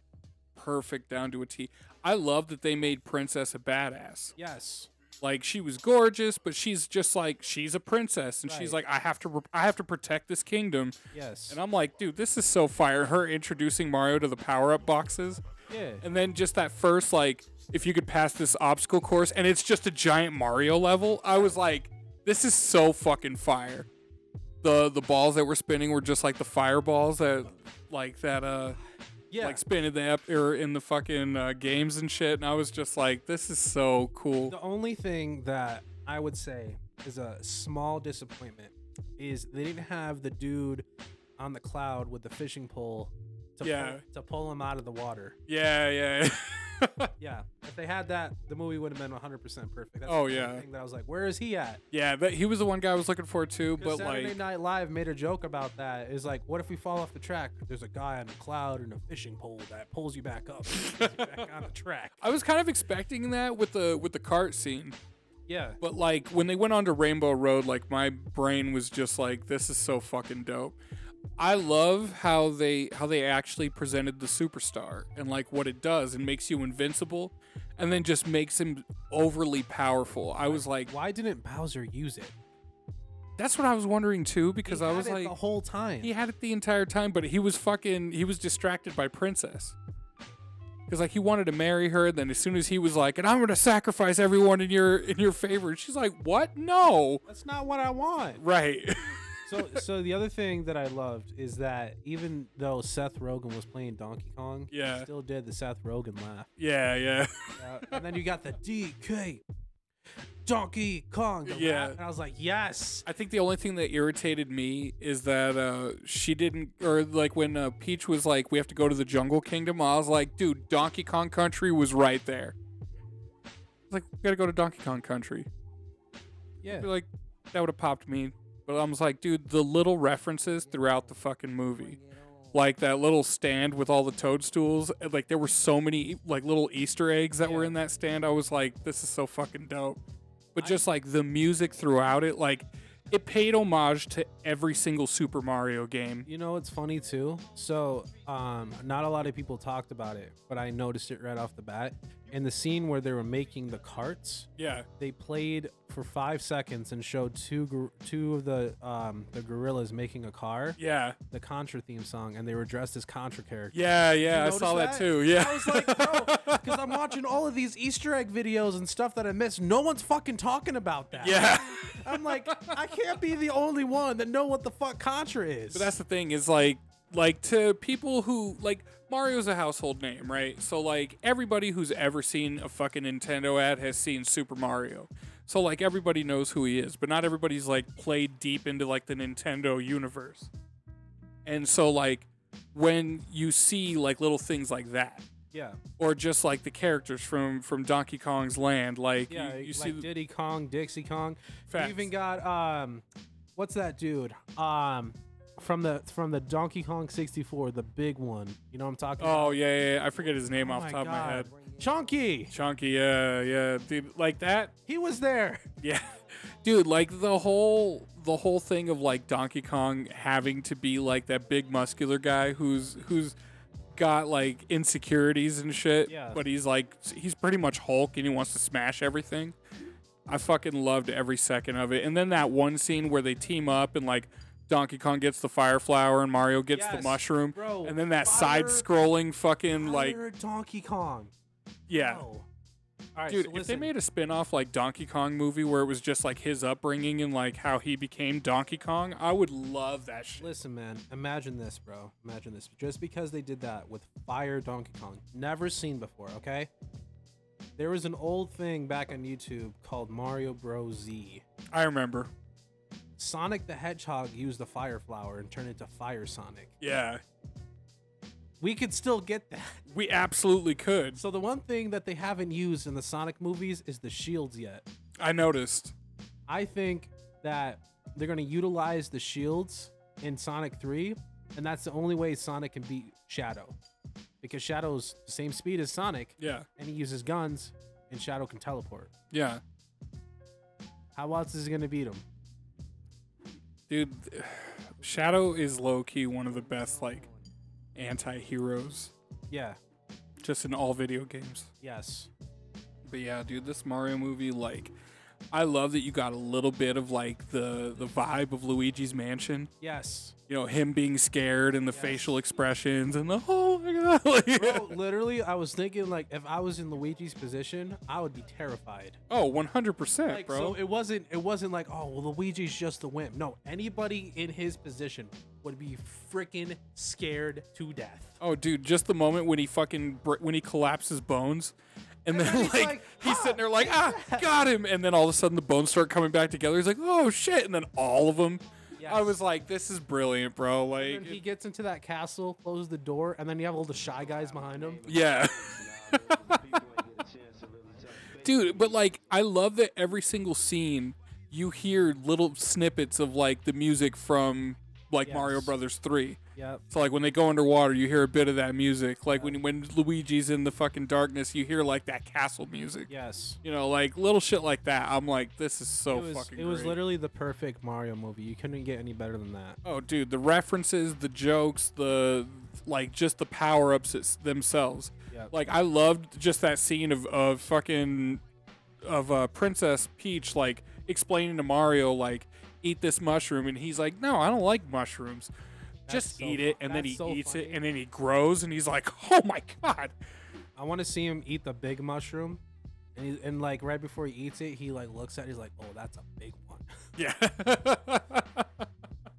[SPEAKER 1] perfect down to a T. I love that they made Princess a badass.
[SPEAKER 2] Yes.
[SPEAKER 1] Like she was gorgeous, but she's just like she's a princess, and she's
[SPEAKER 2] Right.
[SPEAKER 1] like, I have to, re- I have to protect this kingdom.
[SPEAKER 2] Yes.
[SPEAKER 1] And I'm like, dude, this is so fire. Her introducing Mario to the power up boxes,
[SPEAKER 2] yeah.
[SPEAKER 1] and then just that first like, if you could pass this obstacle course, and it's just a giant Mario level. I was like, this is so fucking fire. The the balls that were spinning were just like the fireballs that like that uh
[SPEAKER 2] yeah.
[SPEAKER 1] like spinning the ep- or in the fucking uh, games and shit. And I was just like, this is so cool.
[SPEAKER 2] The only thing that I would say is a small disappointment is they didn't have the dude on the cloud with the fishing pole to
[SPEAKER 1] Yeah.
[SPEAKER 2] pull, to pull him out of the water.
[SPEAKER 1] Yeah, yeah. yeah.
[SPEAKER 2] Yeah, if they had that, the movie would have been 100 percent perfect. That's
[SPEAKER 1] Oh,
[SPEAKER 2] the only
[SPEAKER 1] yeah.
[SPEAKER 2] thing that I was like, where is he at?
[SPEAKER 1] yeah, that he was the one guy I was looking for too, but
[SPEAKER 2] 'Cause Saturday
[SPEAKER 1] like
[SPEAKER 2] Night Live made a joke about that. Is like, what if we fall off the track? There's a guy on a cloud and a fishing pole that pulls you back up, pulls you back on the track.
[SPEAKER 1] I was kind of expecting that with the with the cart scene.
[SPEAKER 2] Yeah,
[SPEAKER 1] But like when they went onto Rainbow Road, like my brain was just like, this is so fucking dope. I love how they how they actually presented the superstar and like what it does and makes you invincible and then just makes him overly powerful. I was like,
[SPEAKER 2] why didn't Bowser use it?
[SPEAKER 1] that's what I was wondering too because
[SPEAKER 2] He
[SPEAKER 1] I
[SPEAKER 2] had
[SPEAKER 1] was
[SPEAKER 2] it
[SPEAKER 1] like
[SPEAKER 2] the whole time.
[SPEAKER 1] he had it the entire time, but he was fucking he was distracted by Princess. Cause like he wanted to marry her, then as soon as he was like, and I'm gonna sacrifice everyone in your in your favor, she's like, What? No.
[SPEAKER 2] That's not what I want.
[SPEAKER 1] Right.
[SPEAKER 2] So, so the other thing that I loved is that even though Seth Rogen was playing Donkey Kong, he
[SPEAKER 1] Yeah.
[SPEAKER 2] still did the Seth Rogen laugh.
[SPEAKER 1] yeah, yeah.
[SPEAKER 2] Yeah, and then you got the DK Donkey Kong. the
[SPEAKER 1] Yeah.
[SPEAKER 2] laugh, and I was like, yes.
[SPEAKER 1] I think the only thing that irritated me is that uh she didn't or like when uh, Peach was like, We have to go to the jungle kingdom, I was like, dude, Donkey Kong Country was right there. I was like, we gotta go to Donkey Kong Country.
[SPEAKER 2] Yeah.
[SPEAKER 1] Be like that would have popped me. But I was like, dude, the little references throughout the fucking movie, like that little stand with all the toadstools, and, like there were so many like little Easter eggs that were
[SPEAKER 2] Yeah.
[SPEAKER 1] in that stand. I was like, this is so fucking dope. But just like the music throughout it, like it paid homage to every single Super Mario game.
[SPEAKER 2] You know what's funny too? So, um, not a lot of people talked about it, but I noticed it right off the bat. In the scene where they were making the carts,
[SPEAKER 1] Yeah,
[SPEAKER 2] they played for five seconds and showed two gor- two of the um, the gorillas making a car,
[SPEAKER 1] yeah,
[SPEAKER 2] the Contra theme song, and they were dressed as Contra characters.
[SPEAKER 1] yeah, yeah. I
[SPEAKER 2] notice
[SPEAKER 1] saw that?
[SPEAKER 2] that?
[SPEAKER 1] too. Yeah,
[SPEAKER 2] I was like, bro, because I'm watching all of these Easter egg videos and stuff that I missed. No one's fucking talking about that.
[SPEAKER 1] yeah.
[SPEAKER 2] I'm like, I can't be the only one that know what the fuck Contra is.
[SPEAKER 1] But that's the thing is like like to people who like Mario's a household name, right? So like everybody who's ever seen a fucking Nintendo ad has seen Super Mario. So like everybody knows who he is, but not everybody's like played deep into like the Nintendo universe. And so like when you see like little things like that
[SPEAKER 2] yeah,
[SPEAKER 1] or just like the characters from from Donkey Kong's land like
[SPEAKER 2] yeah.
[SPEAKER 1] you, you
[SPEAKER 2] like
[SPEAKER 1] see the-
[SPEAKER 2] Diddy Kong, Dixie Kong.
[SPEAKER 1] Facts.
[SPEAKER 2] You even got um, what's that dude? Um, from the from the Donkey Kong 64, the big one. You know what I'm talking
[SPEAKER 1] Oh
[SPEAKER 2] about?
[SPEAKER 1] yeah, yeah, yeah, I forget his name off the top of my
[SPEAKER 2] Oh God.
[SPEAKER 1] head.
[SPEAKER 2] Chunky,
[SPEAKER 1] Chunky, yeah, yeah, dude, like that
[SPEAKER 2] he was there.
[SPEAKER 1] Yeah. Dude, like the whole the whole thing of like Donkey Kong having to be like that big muscular guy who's who's got like insecurities and shit,
[SPEAKER 2] Yeah.
[SPEAKER 1] but he's like he's pretty much Hulk and he wants to smash everything. I fucking loved every second of it. And then that one scene where they team up and like Donkey Kong gets the fire flower and Mario gets the
[SPEAKER 2] Yes,
[SPEAKER 1] mushroom.
[SPEAKER 2] bro,
[SPEAKER 1] and then that side
[SPEAKER 2] fire-
[SPEAKER 1] scrolling fucking like
[SPEAKER 2] Fire Donkey Kong.
[SPEAKER 1] yeah.
[SPEAKER 2] No. All right,
[SPEAKER 1] Dude,
[SPEAKER 2] so
[SPEAKER 1] if they
[SPEAKER 2] listen.
[SPEAKER 1] made a spin-off like Donkey Kong movie where it was just like his upbringing and like how he became Donkey Kong, I would love that shit.
[SPEAKER 2] Listen, man, imagine this, bro. Imagine this. Just because they did that with Fire Donkey Kong, never seen before, okay? There was an old thing back on YouTube called Mario Bros. Z.
[SPEAKER 1] I remember.
[SPEAKER 2] Sonic the Hedgehog used the Fire Flower and turned into Fire Sonic.
[SPEAKER 1] Yeah.
[SPEAKER 2] We could still get that.
[SPEAKER 1] We absolutely could.
[SPEAKER 2] So, the one thing that they haven't used in the Sonic movies is the shields yet.
[SPEAKER 1] I noticed.
[SPEAKER 2] I think that they're going to utilize the shields in Sonic 3, and that's the only way Sonic can beat Shadow. Because Shadow's the same speed as Sonic,
[SPEAKER 1] Yeah.
[SPEAKER 2] and he uses guns, and Shadow can teleport.
[SPEAKER 1] Yeah.
[SPEAKER 2] How else is he going to beat him?
[SPEAKER 1] Dude, Shadow is low key one of the best like anti heroes
[SPEAKER 2] Yeah.
[SPEAKER 1] just in all video games.
[SPEAKER 2] Yes.
[SPEAKER 1] But yeah, dude, this Mario movie, like, I love that you got a little bit of like the the vibe of Luigi's Mansion.
[SPEAKER 2] Yes.
[SPEAKER 1] You know, him being scared and the
[SPEAKER 2] Yes.
[SPEAKER 1] facial expressions and the oh my god. like-
[SPEAKER 2] Bro, literally, I was thinking like if I was in Luigi's position, I would be terrified.
[SPEAKER 1] oh, one hundred percent,
[SPEAKER 2] Like,
[SPEAKER 1] bro.
[SPEAKER 2] so it wasn't it wasn't like oh well Luigi's just a wimp. No, anybody in his position would be freaking scared to death.
[SPEAKER 1] oh, dude, just the moment when he fucking br- when he collapses bones. And then,
[SPEAKER 2] then he's
[SPEAKER 1] like,
[SPEAKER 2] like,
[SPEAKER 1] he's
[SPEAKER 2] "Ah,
[SPEAKER 1] sitting there like, ah, got him. And then all of a sudden, the bones start coming back together. He's like, oh shit! And then all of them. I
[SPEAKER 2] Yes.
[SPEAKER 1] was like, this is brilliant, bro. Like,
[SPEAKER 2] And he gets into that castle, closes the door, and then you have all the shy guys behind him.
[SPEAKER 1] yeah. dude but like i love that every single scene you hear little snippets of like the music from like mario
[SPEAKER 2] Yes.
[SPEAKER 1] brothers 3
[SPEAKER 2] Yep.
[SPEAKER 1] so like when they go underwater you hear a bit of that music like when when luigi's in the fucking darkness you hear like that castle music
[SPEAKER 2] Yes.
[SPEAKER 1] you know like little shit like that i'm like this is so
[SPEAKER 2] it was,
[SPEAKER 1] fucking
[SPEAKER 2] it was
[SPEAKER 1] great.
[SPEAKER 2] literally the perfect Mario movie. You couldn't get any better than that.
[SPEAKER 1] oh dude the references the jokes the like just the power-ups it's themselves
[SPEAKER 2] Yep.
[SPEAKER 1] like I loved just that scene of of fucking of uh, Princess Peach like explaining to Mario like eat this mushroom and he's like no I don't like mushrooms just
[SPEAKER 2] so
[SPEAKER 1] eat it
[SPEAKER 2] fu-
[SPEAKER 1] and then
[SPEAKER 2] that's
[SPEAKER 1] he
[SPEAKER 2] so
[SPEAKER 1] eats it
[SPEAKER 2] funny.
[SPEAKER 1] and then he grows and he's like oh my god
[SPEAKER 2] I want to see him eat the big mushroom, and he, and like right before he eats it, he like looks at it, he's like, "Oh, that's a big one."
[SPEAKER 1] yeah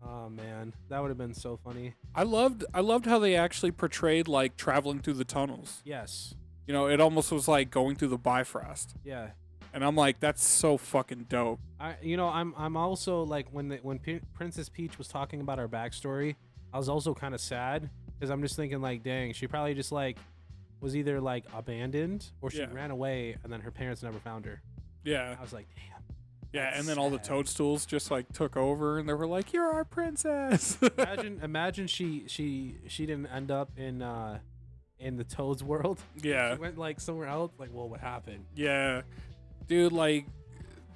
[SPEAKER 2] oh man, that would have been so funny.
[SPEAKER 1] I loved I loved how they actually portrayed like traveling through the tunnels
[SPEAKER 2] Yes.
[SPEAKER 1] you know it almost was like going through the Bifrost
[SPEAKER 2] Yeah.
[SPEAKER 1] and I'm like that's so fucking dope
[SPEAKER 2] I you know I'm I'm also like when the, when P- Princess Peach was talking about our backstory, I was also kind of sad because I'm just thinking like, dang, she probably just like was either like abandoned or she
[SPEAKER 1] Yeah.
[SPEAKER 2] ran away and then her parents never found her.
[SPEAKER 1] yeah
[SPEAKER 2] I was like, damn.
[SPEAKER 1] Yeah,
[SPEAKER 2] That's
[SPEAKER 1] and then all the
[SPEAKER 2] sad.
[SPEAKER 1] toadstools just like took over, and they were like, "You're our princess."
[SPEAKER 2] Imagine imagine she she she didn't end up in uh in the Toads world.
[SPEAKER 1] yeah,
[SPEAKER 2] She went like somewhere else. Like, well, what happened?
[SPEAKER 1] yeah, dude, like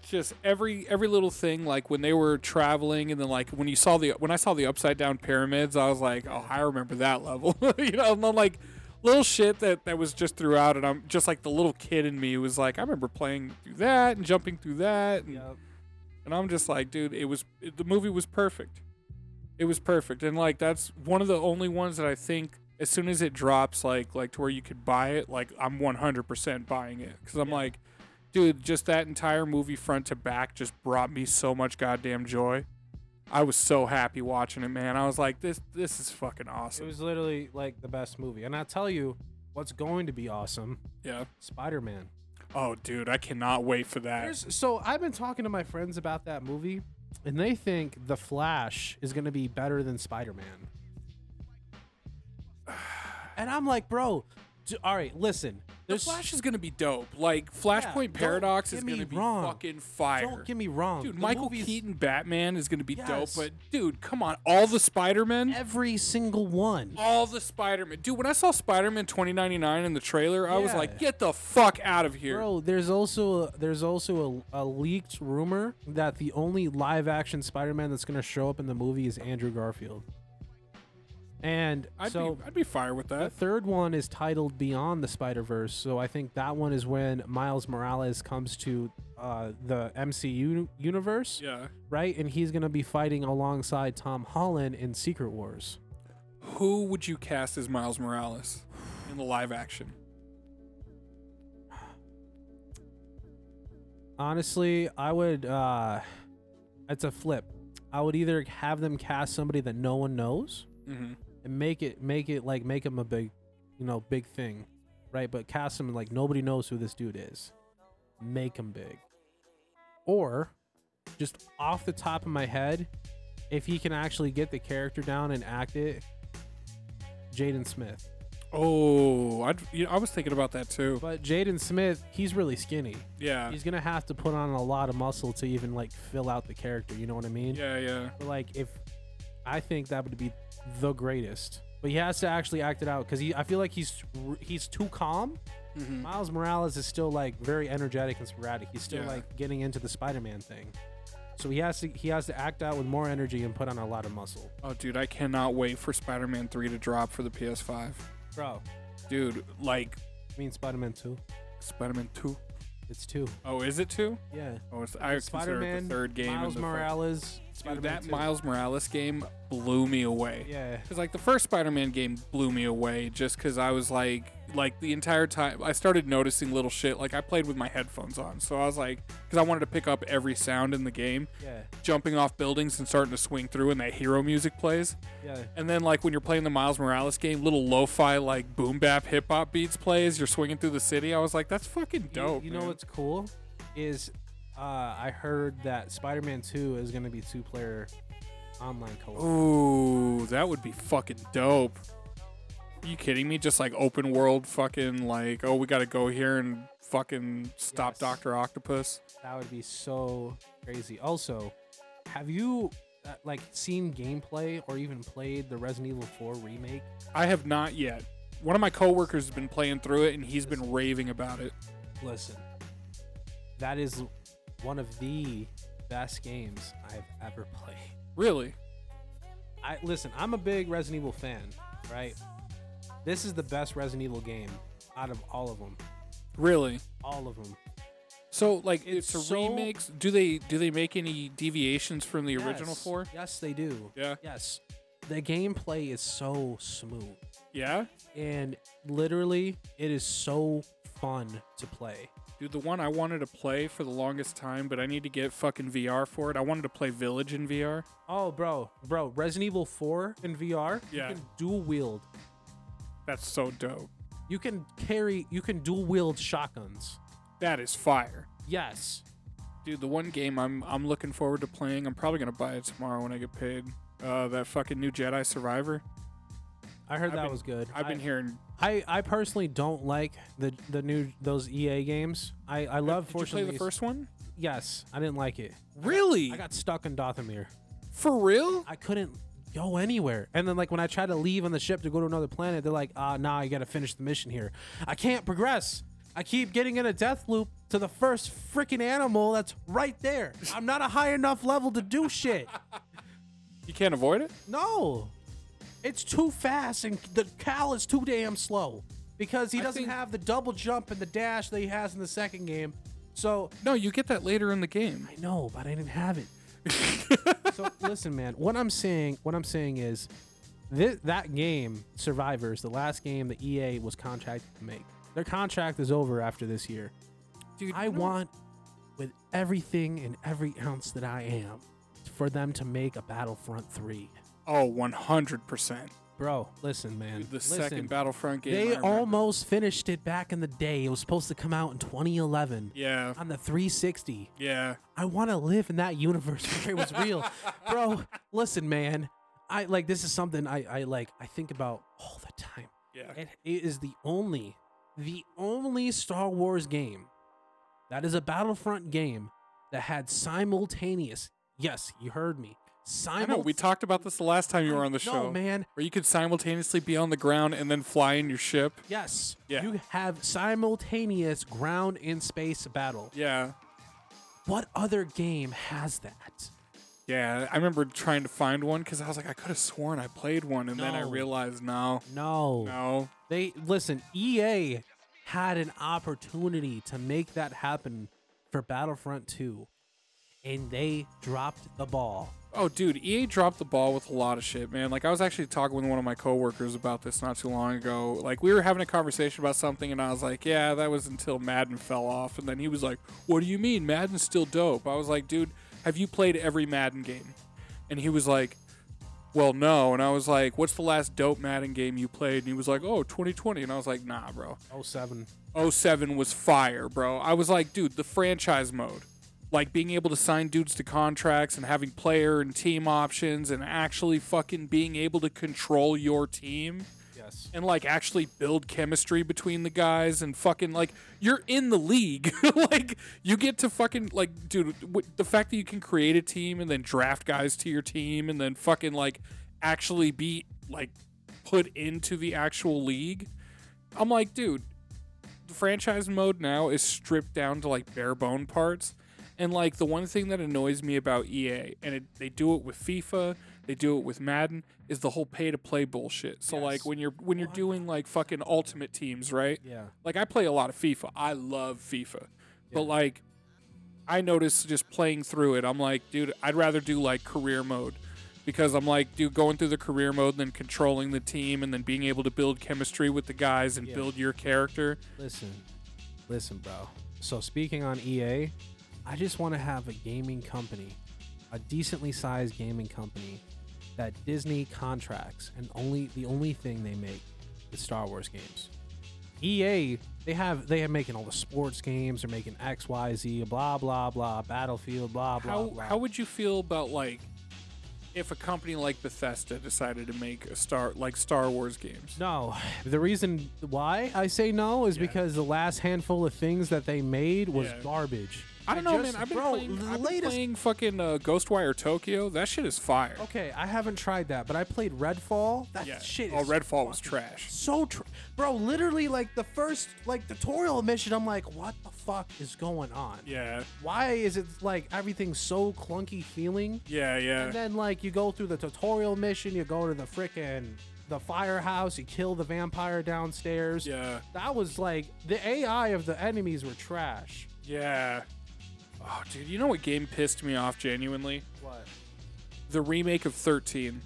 [SPEAKER 1] just every every little thing. Like when they were traveling, and then like when you saw the when I saw the upside down pyramids, I was like, "Oh, I remember that level," you know. And then like little shit that that was just throughout, and I'm just like the little kid in me was like, "I remember playing through that and jumping through that," and
[SPEAKER 2] Yep.
[SPEAKER 1] And I'm just like, dude, it was it, the movie was perfect. It was perfect, and like that's one of the only ones that I think as soon as it drops, like like to where you could buy it, like I'm 100% buying it because I'm
[SPEAKER 2] Yeah.
[SPEAKER 1] like, dude, just that entire movie front to back just brought me so much goddamn joy. I was so happy watching it, man. I was like, this this is fucking
[SPEAKER 2] It
[SPEAKER 1] awesome.
[SPEAKER 2] was literally like the best movie. And I tell you, what's going to be awesome?
[SPEAKER 1] yeah.
[SPEAKER 2] Spider Man.
[SPEAKER 1] Oh, dude, I cannot wait for that.
[SPEAKER 2] Here's, so I've been talking to my friends about that movie, and they think The Flash is going to be better than Spider Man. And I'm like, bro, d- all right, listen.
[SPEAKER 1] the
[SPEAKER 2] There's,
[SPEAKER 1] Flash is gonna be dope. Like Flashpoint
[SPEAKER 2] don't
[SPEAKER 1] Paradox
[SPEAKER 2] get
[SPEAKER 1] is
[SPEAKER 2] me
[SPEAKER 1] gonna be
[SPEAKER 2] wrong.
[SPEAKER 1] fucking fire.
[SPEAKER 2] don't get me wrong,
[SPEAKER 1] Dude,
[SPEAKER 2] the
[SPEAKER 1] Michael
[SPEAKER 2] movie's-
[SPEAKER 1] Keaton Batman is going to be dope,
[SPEAKER 2] Yes.
[SPEAKER 1] but dude, come on. All the Spider-Men?
[SPEAKER 2] every single one.
[SPEAKER 1] All the Spider-Men. Dude, when I saw Spider-Man 2099 in the trailer, I was
[SPEAKER 2] Yeah.
[SPEAKER 1] like, get the fuck out of here.
[SPEAKER 2] Bro, there's also a, there's also a, a leaked rumor that the only live action Spider Man that's going to show up in the movie is Andrew Garfield. And
[SPEAKER 1] I'd,
[SPEAKER 2] so
[SPEAKER 1] be, I'd be fire with
[SPEAKER 2] The
[SPEAKER 1] that.
[SPEAKER 2] third one is titled Beyond the Spider Verse, so I think that one is when Miles Morales comes to uh, the MCU universe,
[SPEAKER 1] Yeah.
[SPEAKER 2] right? And he's gonna be fighting alongside Tom Holland in Secret Wars.
[SPEAKER 1] Who would you cast as Miles Morales in the live action?
[SPEAKER 2] Honestly, I would. Uh, it's a flip. I would either have them cast somebody that no one knows
[SPEAKER 1] Mm-hmm.
[SPEAKER 2] and make it make it like make him a big, you know, big thing, right? But cast him like nobody knows who this dude is. Make him big. Or just off the top of my head, if he can actually get the character down and act it, Jaden Smith.
[SPEAKER 1] Oh, I'd, you know, I was thinking about that too.
[SPEAKER 2] But Jaden Smith, he's really skinny.
[SPEAKER 1] Yeah.
[SPEAKER 2] He's gonna have to put on a lot of muscle to even like fill out the character. You know what I mean?
[SPEAKER 1] Yeah, yeah.
[SPEAKER 2] But, like if I think that would be the greatest. But he has to actually act it out because he. I feel like he's he's too calm.
[SPEAKER 1] Mhm.
[SPEAKER 2] Miles Morales is still like very energetic and sporadic. He's still
[SPEAKER 1] Yeah.
[SPEAKER 2] like getting into the Spider-Man thing. So he has to he has to act out with more energy and put on a lot of muscle.
[SPEAKER 1] Oh, dude, I cannot wait for Spider Man 3 to drop for the PS5.
[SPEAKER 2] Bro,
[SPEAKER 1] Dude, like
[SPEAKER 2] I mean Spider-Man 2.
[SPEAKER 1] Spider Man 2.
[SPEAKER 2] It's 2.
[SPEAKER 1] Oh, is it 2?
[SPEAKER 2] Yeah.
[SPEAKER 1] Oh, it's, I consider it the
[SPEAKER 2] Spider-Man,
[SPEAKER 1] third game. in
[SPEAKER 2] Miles
[SPEAKER 1] the fir-
[SPEAKER 2] Morales.
[SPEAKER 1] Dude,
[SPEAKER 2] Spider-Man
[SPEAKER 1] that
[SPEAKER 2] 2.
[SPEAKER 1] Miles Morales game blew me away.
[SPEAKER 2] Yeah.
[SPEAKER 1] Because like the first Spider-Man game blew me away, just because I was like, like the entire time I started noticing little shit. Like I played with my headphones on, so I was like, because I wanted to pick up every sound in the game,
[SPEAKER 2] Yeah.
[SPEAKER 1] jumping off buildings and starting to swing through, and that hero music plays.
[SPEAKER 2] Yeah.
[SPEAKER 1] And then like when you're playing the Miles Morales game, little lo-fi like boom bap hip hop beats plays. You're swinging through the city. I was like, that's fucking
[SPEAKER 2] You-
[SPEAKER 1] dope.
[SPEAKER 2] You, know
[SPEAKER 1] man.
[SPEAKER 2] what's cool is uh, I heard that Spider-Man 2 is going to be two-player online co-op.
[SPEAKER 1] Ooh, that would be fucking dope. you kidding me? Just like open world fucking like, oh, we gotta go here and fucking stop
[SPEAKER 2] Yes.
[SPEAKER 1] Doctor Octopus.
[SPEAKER 2] That would be so crazy. Also, have you uh, like seen gameplay or even played the Resident Evil 4 remake?
[SPEAKER 1] I have not yet. One of my coworkers has been playing through it and he's been raving about it.
[SPEAKER 2] Listen, that is one of the best games I've ever played.
[SPEAKER 1] Really?
[SPEAKER 2] I listen, I'm a big Resident Evil fan, right? This is the best Resident Evil game out of all of them.
[SPEAKER 1] Really?
[SPEAKER 2] All of them.
[SPEAKER 1] So like
[SPEAKER 2] It's
[SPEAKER 1] it's, a
[SPEAKER 2] so-
[SPEAKER 1] remix. Do they do they make any deviations from the original
[SPEAKER 2] Yes.
[SPEAKER 1] four?
[SPEAKER 2] Yes, they do.
[SPEAKER 1] Yeah.
[SPEAKER 2] Yes. The gameplay is so smooth
[SPEAKER 1] Yeah?
[SPEAKER 2] and literally it is so fun to play.
[SPEAKER 1] Dude, the one I wanted to play for the longest time, but I need to get fucking VR for it. I wanted to play Village in VR.
[SPEAKER 2] Oh, bro, bro, Resident Evil 4 in VR,
[SPEAKER 1] Yeah.
[SPEAKER 2] you can dual wield.
[SPEAKER 1] That's so dope.
[SPEAKER 2] You can carry, you can dual wield shotguns.
[SPEAKER 1] That is fire.
[SPEAKER 2] Yes.
[SPEAKER 1] Dude, the one game I'm I'm looking forward to playing, I'm probably gonna buy it tomorrow when I get paid. Uh, that fucking new Jedi Survivor.
[SPEAKER 2] I heard
[SPEAKER 1] I've
[SPEAKER 2] that
[SPEAKER 1] been-
[SPEAKER 2] was good.
[SPEAKER 1] I've been
[SPEAKER 2] I-
[SPEAKER 1] hearing.
[SPEAKER 2] I, I personally don't like the the new those EA games. I I love
[SPEAKER 1] Did you
[SPEAKER 2] Force
[SPEAKER 1] play the
[SPEAKER 2] Unleashed.
[SPEAKER 1] first one?
[SPEAKER 2] Yes, I didn't like it.
[SPEAKER 1] Really?
[SPEAKER 2] I got stuck in Dothamir.
[SPEAKER 1] For real?
[SPEAKER 2] I couldn't go anywhere. And then like when I tried to leave on the ship to go to another planet, they're like, "Ah, nah, you got to finish the mission here." I can't progress. I keep getting in a death loop to the first freaking animal that's right there. I'm not a high enough level to do shit.
[SPEAKER 1] You can't avoid it.
[SPEAKER 2] No. It's too fast and the Cal is too damn slow because he
[SPEAKER 1] I
[SPEAKER 2] doesn't
[SPEAKER 1] think-
[SPEAKER 2] have the double jump and the dash that he has in the second game. So
[SPEAKER 1] No, you get that later in the game.
[SPEAKER 2] I know, but I didn't have it. so listen, man. What I'm saying, what I'm saying is, this, that game, Survivors, the last game that EA was contracted to make. Their contract is over after this year.
[SPEAKER 1] Dude,
[SPEAKER 2] I
[SPEAKER 1] you know-
[SPEAKER 2] want, with everything and every ounce that I am, for them to make a Battlefront three.
[SPEAKER 1] Oh, 100. percent
[SPEAKER 2] Bro, listen, man.
[SPEAKER 1] The
[SPEAKER 2] listen.
[SPEAKER 1] second Battlefront game. I
[SPEAKER 2] They
[SPEAKER 1] remember.
[SPEAKER 2] almost finished it back in the day. It was supposed to come out in 2011
[SPEAKER 1] Yeah.
[SPEAKER 2] on the 360.
[SPEAKER 1] Yeah.
[SPEAKER 2] I want to live in that universe where it was real. Bro, listen, man. I like this is something I, I like I think about all the time.
[SPEAKER 1] Yeah.
[SPEAKER 2] It, it is the only the only Star Wars game that is a Battlefront game that had simultaneous. Yes, you heard me.
[SPEAKER 1] I know.
[SPEAKER 2] Simultaneous.
[SPEAKER 1] We talked about this the last time you were on the show.
[SPEAKER 2] No, man.
[SPEAKER 1] Where you could simultaneously be on the ground and then fly in your ship.
[SPEAKER 2] Yes.
[SPEAKER 1] Yeah.
[SPEAKER 2] You have simultaneous ground and space battle.
[SPEAKER 1] Yeah.
[SPEAKER 2] What other game has that?
[SPEAKER 1] Yeah, I remember trying to find one because I was like, I could have sworn I played one, and then I
[SPEAKER 2] No.
[SPEAKER 1] realized, no,
[SPEAKER 2] No.
[SPEAKER 1] no,
[SPEAKER 2] They listen, EA had an opportunity to make that happen for Battlefront 2 and they dropped the ball.
[SPEAKER 1] Oh, dude, EA dropped the ball with a lot of shit, man. Like, I was actually talking with one of my coworkers about this not too long ago. Like, we were having a conversation about something, and I was like, yeah, that was until Madden fell off. And then he was like, what do you mean? Madden's still dope. I was like, dude, have you played every Madden game? And he was like, well, no. And I was like, what's the last dope Madden game you played? And he was like, oh, 2020. And I was like, nah, bro.
[SPEAKER 2] 07.
[SPEAKER 1] 07 was fire, bro. I was like, dude, the franchise mode. Like being able to sign dudes to contracts and having player and team options and actually fucking being able to control your team
[SPEAKER 2] Yes.
[SPEAKER 1] and like actually build chemistry between the guys and fucking like you're in the league. like you get to fucking like dude, w- the fact that you can create a team and then draft guys to your team and then fucking like actually be like put into the actual league. I'm like, dude, the franchise mode now is stripped down to like bare bone parts. And like the one thing that annoys me about EA, and it, they do it with FIFA, they do it with Madden, is the whole pay to play bullshit. So like
[SPEAKER 2] Yes.
[SPEAKER 1] when you're when you're doing like fucking ultimate teams, right?
[SPEAKER 2] Yeah.
[SPEAKER 1] Like I play a lot of FIFA. I love FIFA. But like I noticed just playing through it, I'm like, dude, I'd rather do like career mode because I'm like, dude, going through the career mode and then controlling the team and then being able to build chemistry with the guys and
[SPEAKER 2] Yeah.
[SPEAKER 1] build your character.
[SPEAKER 2] Listen, listen, bro. So speaking on EA, I just want to have a gaming company, a decently sized gaming company that Disney contracts, and only the only thing they make is Star Wars games. EA, they have they are making all the sports games, they're making X, Y, Z, blah blah blah, Battlefield, blah blah
[SPEAKER 1] how
[SPEAKER 2] blah.
[SPEAKER 1] how would you feel about like if a company like Bethesda decided to make a star like Star Wars games?
[SPEAKER 2] No, the reason why I say no is
[SPEAKER 1] Yeah.
[SPEAKER 2] because the last handful of things that they made was
[SPEAKER 1] Yeah.
[SPEAKER 2] garbage.
[SPEAKER 1] I don't know,
[SPEAKER 2] just-
[SPEAKER 1] man. I've been
[SPEAKER 2] bro,
[SPEAKER 1] playing.
[SPEAKER 2] the
[SPEAKER 1] I've been
[SPEAKER 2] latest-
[SPEAKER 1] playing fucking uh, Ghostwire Tokyo. That shit is fire.
[SPEAKER 2] Okay, I haven't tried that, but I played Redfall. That
[SPEAKER 1] yeah.
[SPEAKER 2] shit is
[SPEAKER 1] oh, Redfall was
[SPEAKER 2] fucking
[SPEAKER 1] trash.
[SPEAKER 2] So, tr- bro, literally like the first like tutorial mission, I'm like, what the fuck is going on?
[SPEAKER 1] Yeah,
[SPEAKER 2] Why is it like everything's so clunky feeling?
[SPEAKER 1] yeah, yeah.
[SPEAKER 2] And then like you go through the tutorial mission, you go to the frickin' the firehouse, you kill the vampire downstairs.
[SPEAKER 1] Yeah.
[SPEAKER 2] That was like the AI of the enemies were trash.
[SPEAKER 1] Yeah. Oh, dude, you know what game pissed me off genuinely?
[SPEAKER 2] What?
[SPEAKER 1] The remake of 13.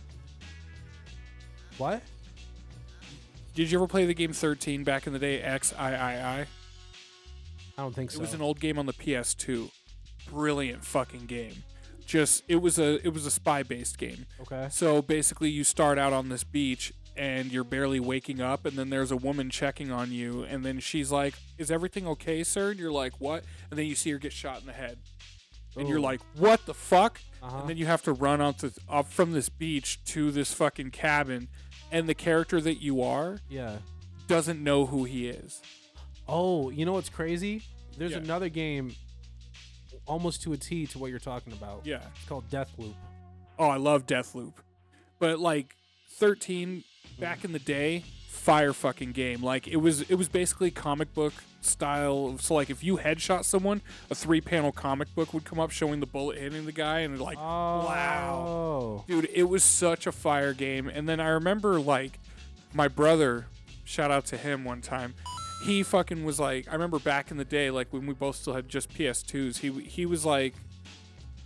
[SPEAKER 2] What?
[SPEAKER 1] Did you ever play the game 13 back in the day? XIII?
[SPEAKER 2] I don't think so.
[SPEAKER 1] It was an old game on the PS2. Brilliant fucking game. Just it was a it was a spy based game.
[SPEAKER 2] okay.
[SPEAKER 1] So basically, you start out on this beach and you're barely waking up, and then there's a woman checking on you, and then she's like, Is everything okay, sir? And you're like, What? And then you see her get shot in the head. And you're
[SPEAKER 2] Ooh.
[SPEAKER 1] like, What the fuck?
[SPEAKER 2] Uh-huh.
[SPEAKER 1] And then you have to run out to, up from this beach to this fucking cabin, and the character that you are
[SPEAKER 2] Yeah.
[SPEAKER 1] doesn't know who he is.
[SPEAKER 2] Oh, you know what's crazy? There's
[SPEAKER 1] Yeah.
[SPEAKER 2] another game almost to a T to what you're talking about.
[SPEAKER 1] Yeah.
[SPEAKER 2] It's called Deathloop.
[SPEAKER 1] Oh, I love Deathloop. But like 13 back in the day, fire fucking game. Like it was it was basically comic book style. So like if you headshot someone, a three panel comic book would come up showing the bullet hitting the guy and like
[SPEAKER 2] Oh.
[SPEAKER 1] wow. Dude, it was such a fire game. And then I remember like my brother, shout out to him one time. He fucking was like, I remember back in the day, like when we both still had just PS2s. He he was like,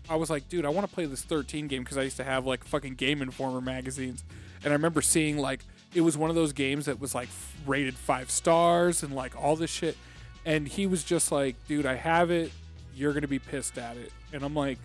[SPEAKER 1] I was like, dude, I want to play this 13 game because I used to have like fucking Game Informer magazines, and I remember seeing like it was one of those games that was like f- rated five stars and like all this shit, and he was just like, dude, I have it. You're gonna be pissed at it, and I'm like,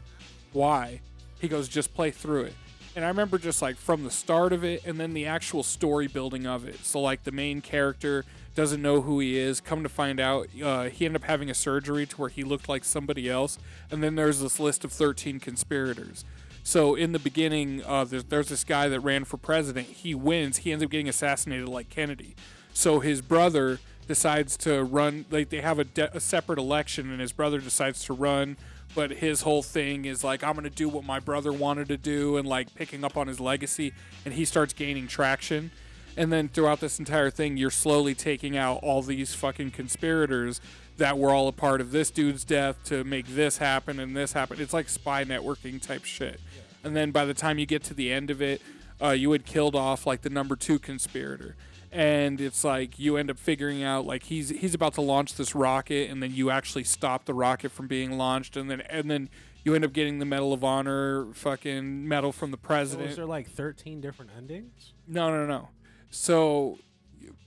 [SPEAKER 1] why? He goes, just play through it. And I remember just like from the start of it and then the actual story building of it. So, like, the main character doesn't know who he is. Come to find out, uh, he ended up having a surgery to where he looked like somebody else. And then there's this list of 13 conspirators. So, in the beginning, uh, there's, there's this guy that ran for president. He wins. He ends up getting assassinated like Kennedy. So, his brother decides to run. Like, they have a, de- a separate election, and his brother decides to run but his whole thing is like i'm gonna do what my brother wanted to do and like picking up on his legacy and he starts gaining traction and then throughout this entire thing you're slowly taking out all these fucking conspirators that were all a part of this dude's death to make this happen and this happen it's like spy networking type shit and then by the time you get to the end of it uh, you had killed off like the number two conspirator and it's like you end up figuring out like he's he's about to launch this rocket and then you actually stop the rocket from being launched and then and then you end up getting the medal of honor fucking medal from the
[SPEAKER 2] So
[SPEAKER 1] president
[SPEAKER 2] was there like 13 different endings?
[SPEAKER 1] no, no, no. So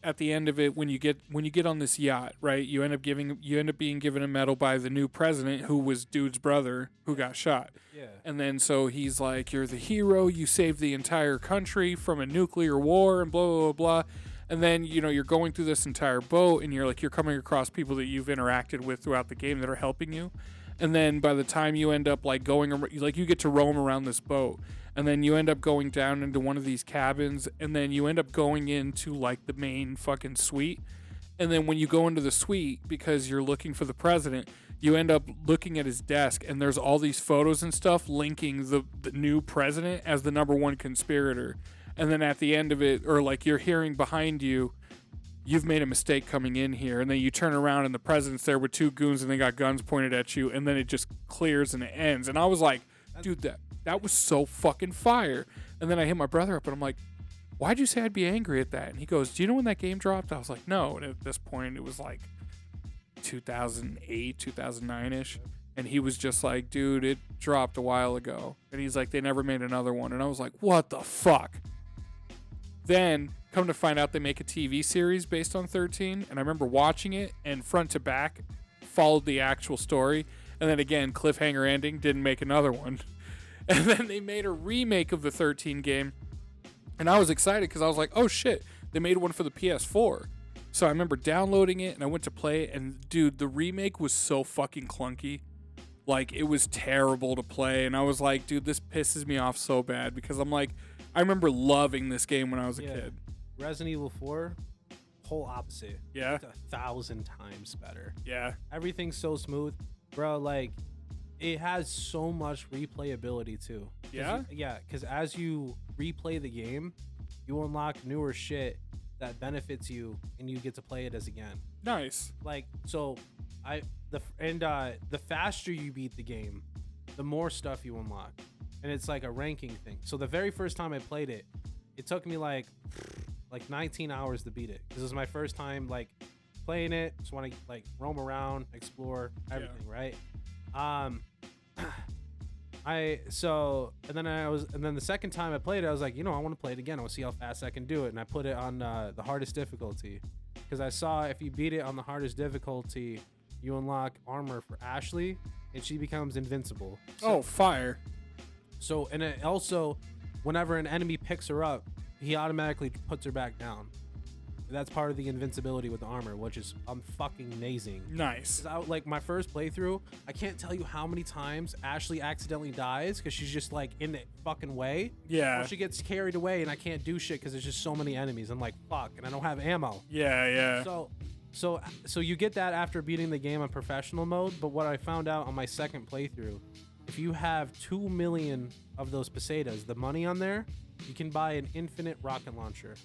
[SPEAKER 1] at the end of it, when you get when you get on this yacht, right, you end up giving you end up being given a medal by the new president, who was dude's brother, who got shot.
[SPEAKER 2] Yeah.
[SPEAKER 1] And then so he's like, "You're the hero. You saved the entire country from a nuclear war," and blah blah blah. blah. And then you know you're going through this entire boat, and you're like you're coming across people that you've interacted with throughout the game that are helping you. And then by the time you end up like going ar- like you get to roam around this boat, and then you end up going down into one of these cabins, and then you end up going into like the main fucking suite. And then when you go into the suite because you're looking for the president, you end up looking at his desk and there's all these photos and stuff linking the, the new president as the number one conspirator. And then at the end of it, or like you're hearing behind you, you've made a mistake coming in here, and then you turn around and the president's there with two goons and they got guns pointed at you, and then it just clears and it ends. And I was like, dude, that that was so fucking fire. And then I hit my brother up and I'm like, why'd you say I'd be angry at that? And he goes, do you know when that game dropped? I was like, no. And at this point, it was like 2008, 2009 ish. And he was just like, dude, it dropped a while ago. And he's like, they never made another one. And I was like, what the fuck? Then come to find out they make a TV series based on 13. And I remember watching it and front to back followed the actual story. And then again, cliffhanger ending, didn't make another one. And then they made a remake of the 13 game. And I was excited because I was like, oh shit, they made one for the PS4. So I remember downloading it and I went to play it. And dude, the remake was so fucking clunky. Like, it was terrible to play. And I was like, dude, this pisses me off so bad because I'm like, I remember loving this game when I was a
[SPEAKER 2] Yeah.
[SPEAKER 1] kid.
[SPEAKER 2] Resident Evil 4, whole opposite.
[SPEAKER 1] Yeah.
[SPEAKER 2] It's a thousand times better.
[SPEAKER 1] Yeah.
[SPEAKER 2] Everything's so smooth, bro. Like, it has so much replayability too. 'Cause you-
[SPEAKER 1] Yeah?
[SPEAKER 2] yeah. Because as you replay the game, you unlock newer shit that benefits you, and you get to play it as again.
[SPEAKER 1] Nice.
[SPEAKER 2] Like, so I the and uh, the faster you beat the game, the more stuff you unlock, and it's like a ranking thing. So the very first time I played it, it took me like like 19 hours to beat it. This is my first time like playing it. Just want to like roam around, explore everything, right? Um, I so and then I was and then the second time I played it, I was like, you know, I want to play it again. I want to see how fast I can do it, and I put it on uh, the hardest difficulty because I saw if you beat it on the hardest difficulty, you unlock armor for Ashley, and she becomes invincible.
[SPEAKER 1] Oh, fire.
[SPEAKER 2] So and it also, whenever an enemy picks her up, he automatically puts her back down. That's part of the invincibility with the armor, which is um fucking amazing.
[SPEAKER 1] Nice.
[SPEAKER 2] 'Cause I like my first playthrough, I can't tell you how many times Ashley accidentally dies because she's just like in the fucking way.
[SPEAKER 1] Yeah.
[SPEAKER 2] Or she gets carried away and I can't do shit because there's just so many enemies. I'm like, fuck, and I don't have ammo.
[SPEAKER 1] Yeah, yeah.
[SPEAKER 2] So, so, so you get that after beating the game on professional mode. But what I found out on my second playthrough, if you have two million of those pesetas, the money on there, you can buy an infinite rocket launcher.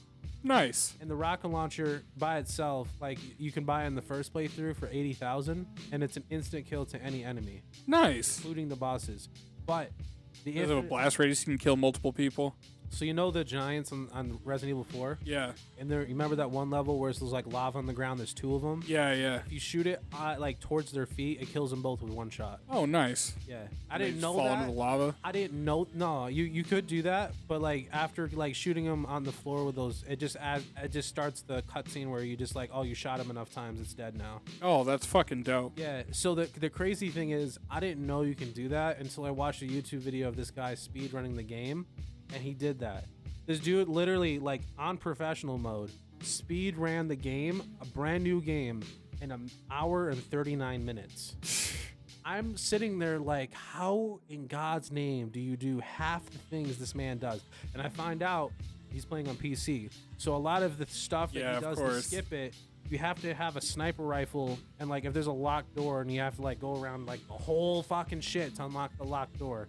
[SPEAKER 1] nice.
[SPEAKER 2] And the rocket launcher by itself, like you can buy in the first playthrough for eighty thousand, and it's an instant kill to any enemy,
[SPEAKER 1] Nice.
[SPEAKER 2] including the bosses. But the
[SPEAKER 1] Is it a
[SPEAKER 2] infinite,
[SPEAKER 1] blast radius you can kill multiple people?
[SPEAKER 2] so you know the giants on, on Resident Evil Four,
[SPEAKER 1] Yeah.
[SPEAKER 2] and there remember that one level where it's there's like lava on the ground. There's two of them.
[SPEAKER 1] Yeah, yeah.
[SPEAKER 2] If you shoot it uh, like towards their feet, it kills them both with one shot.
[SPEAKER 1] Oh, nice.
[SPEAKER 2] Yeah, I
[SPEAKER 1] They
[SPEAKER 2] didn't know
[SPEAKER 1] fall
[SPEAKER 2] that.
[SPEAKER 1] into the lava.
[SPEAKER 2] I didn't know. No, you you could do that, but like after like shooting them on the floor with those, it just adds, it just starts the cutscene where you just like, oh, you shot him enough times, it's dead now.
[SPEAKER 1] Oh, that's fucking dope.
[SPEAKER 2] Yeah. So the the crazy thing is, I didn't know you can do that until I watched a YouTube video of this guy speed running the game, and he did that. This dude literally like on professional mode speed ran the game, a brand new game, in an hour and thirty nine minutes. I'm sitting there like, how in God's name do you do half the things this man does? And I find out he's playing on PC. So a lot of the stuff that
[SPEAKER 1] Yeah,
[SPEAKER 2] he
[SPEAKER 1] of
[SPEAKER 2] does to
[SPEAKER 1] course.
[SPEAKER 2] skip it, you have to have a sniper rifle. And like, if there's a locked door and you have to like go around like the whole fucking shit to unlock the locked door,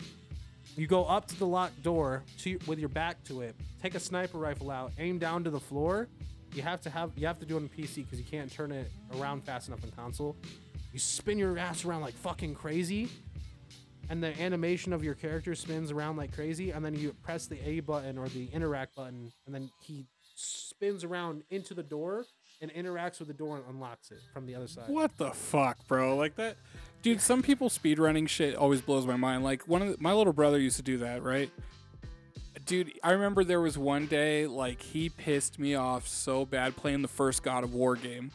[SPEAKER 2] you go up to the locked door to with your back to it. Take a sniper rifle out, aim down to the floor. You have to have you have to do it on PC because you can't turn it around fast enough on console. You spin your ass around like fucking crazy, and the animation of your character spins around like crazy, and then you press the A button or the interact button, and then he spins around into the door and interacts with the door and unlocks it from the other side.
[SPEAKER 1] What the fuck, bro? Like that, dude. Some people speedrunning shit always blows my mind. Like one of the, my little brother used to do that, right? Dude, I remember there was one day like he pissed me off so bad playing the first God of War game.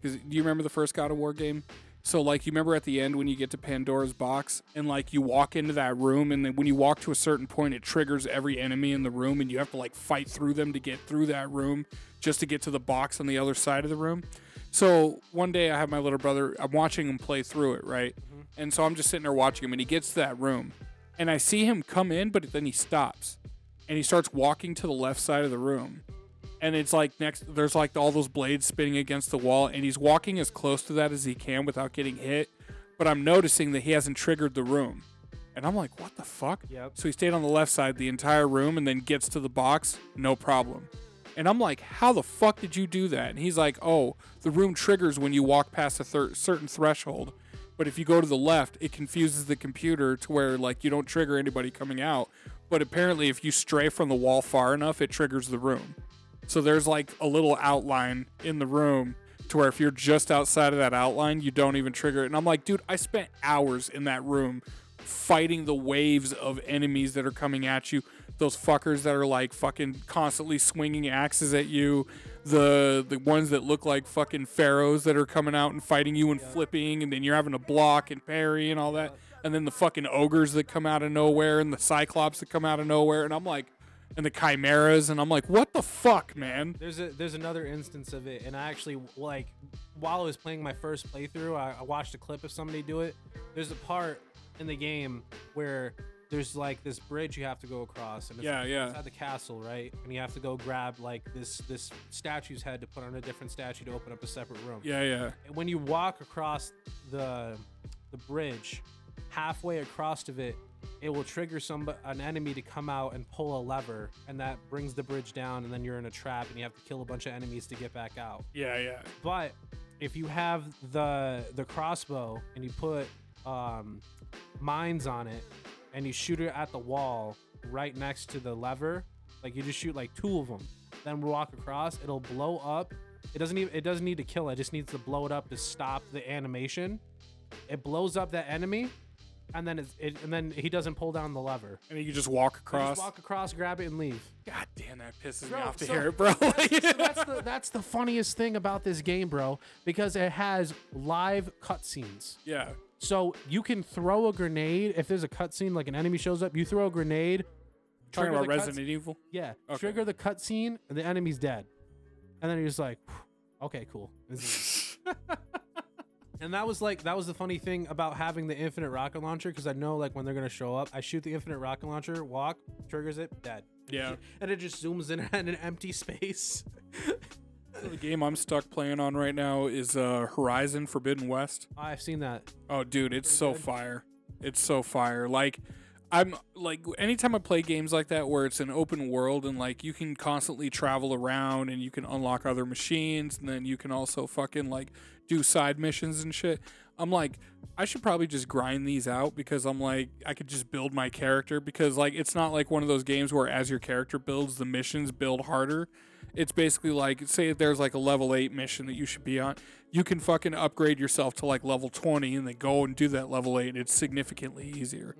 [SPEAKER 1] Because do you remember the first God of War game? So like you remember at the end when you get to Pandora's box and like you walk into that room and then when you walk to a certain point it triggers every enemy in the room and you have to like fight through them to get through that room just to get to the box on the other side of the room. So one day I have my little brother, I'm watching him play through it, right? And so I'm just sitting there watching him and he gets to that room and I see him come in but then he stops and he starts walking to the left side of the room and it's like next there's like all those blades spinning against the wall and he's walking as close to that as he can without getting hit but i'm noticing that he hasn't triggered the room and i'm like what the fuck
[SPEAKER 2] Yep.
[SPEAKER 1] so he stayed on the left side the entire room and then gets to the box no problem And I'm like, how the fuck did you do that? And he's like, oh, the room triggers when you walk past a thir- certain threshold. But if you go to the left, it confuses the computer to where like you don't trigger anybody coming out. But apparently, if you stray from the wall far enough, it triggers the room. So there's like a little outline in the room to where if you're just outside of that outline, you don't even trigger it. And I'm like, dude, I spent hours in that room fighting the waves of enemies that are coming at you. Those fuckers that are like fucking constantly swinging axes at you. The the ones that look like fucking pharaohs that are coming out and fighting you and flipping, and then you're having to block and parry and all that. And then the fucking ogres that come out of nowhere, and the cyclops that come out of nowhere. And I'm like, and the chimeras, and I'm like, what the fuck, man?
[SPEAKER 2] There's a there's another instance of it, and I actually like while I was playing my first playthrough, I, I watched a clip of somebody do it. There's a part in the game where there's like this bridge you have to go across, and it's
[SPEAKER 1] Yeah, yeah.
[SPEAKER 2] inside the castle, right? And you have to go grab like this this statue's head to put on a different statue to open up a separate room.
[SPEAKER 1] Yeah, yeah.
[SPEAKER 2] And when you walk across the the bridge, halfway across of it, it will trigger some an enemy to come out and pull a lever, and that brings the bridge down, and then you're in a trap, and you have to kill a bunch of enemies to get back out.
[SPEAKER 1] Yeah, yeah.
[SPEAKER 2] But if you have the the crossbow and you put um, mines on it, and you shoot it at the wall right next to the lever, like you just shoot like two of them, then walk across, it'll blow up. It doesn't even it doesn't need to kill it. It just needs to blow it up to stop the animation. It blows up that enemy, and then it's, it and then he doesn't pull down the lever.
[SPEAKER 1] And you just walk
[SPEAKER 2] You
[SPEAKER 1] across.
[SPEAKER 2] Just walk across, grab it, and leave.
[SPEAKER 1] God damn, that pisses
[SPEAKER 2] Bro,
[SPEAKER 1] me off to
[SPEAKER 2] so-
[SPEAKER 1] hear it, bro.
[SPEAKER 2] So that's the that's the funniest thing about this game, bro, because it has live cutscenes.
[SPEAKER 1] yeah,
[SPEAKER 2] So you can throw a grenade if there's a cutscene, like an enemy shows up. You throw a grenade.
[SPEAKER 1] talking
[SPEAKER 2] trigger
[SPEAKER 1] about
[SPEAKER 2] the cuts-
[SPEAKER 1] Resident Evil.
[SPEAKER 2] yeah,
[SPEAKER 1] Okay.
[SPEAKER 2] trigger the cutscene, and the enemy's dead. And then you're just like, "Phew, okay, cool. This is it." and that was like that was the funny thing about having the infinite rocket launcher because I know like when they're gonna show up, I shoot the infinite rocket launcher, walk, triggers it, dead.
[SPEAKER 1] Yeah.
[SPEAKER 2] and it just zooms in at an empty space.
[SPEAKER 1] So the game I'm stuck playing on right now is uh, Horizon Forbidden West.
[SPEAKER 2] I've seen that.
[SPEAKER 1] Oh, dude, it's so fire. It's so fire. Like, I'm like, anytime I play games like that where it's an open world and like you can constantly travel around and you can unlock other machines and then you can also fucking like do side missions and shit. I'm like, I should probably just grind these out because I'm like, I could just build my character because like it's not like one of those games where as your character builds, the missions build harder. It's basically like, say there's like a level eight mission that you should be on, you can fucking upgrade yourself to like level 20 and then go and do that level eight. And it's significantly easier.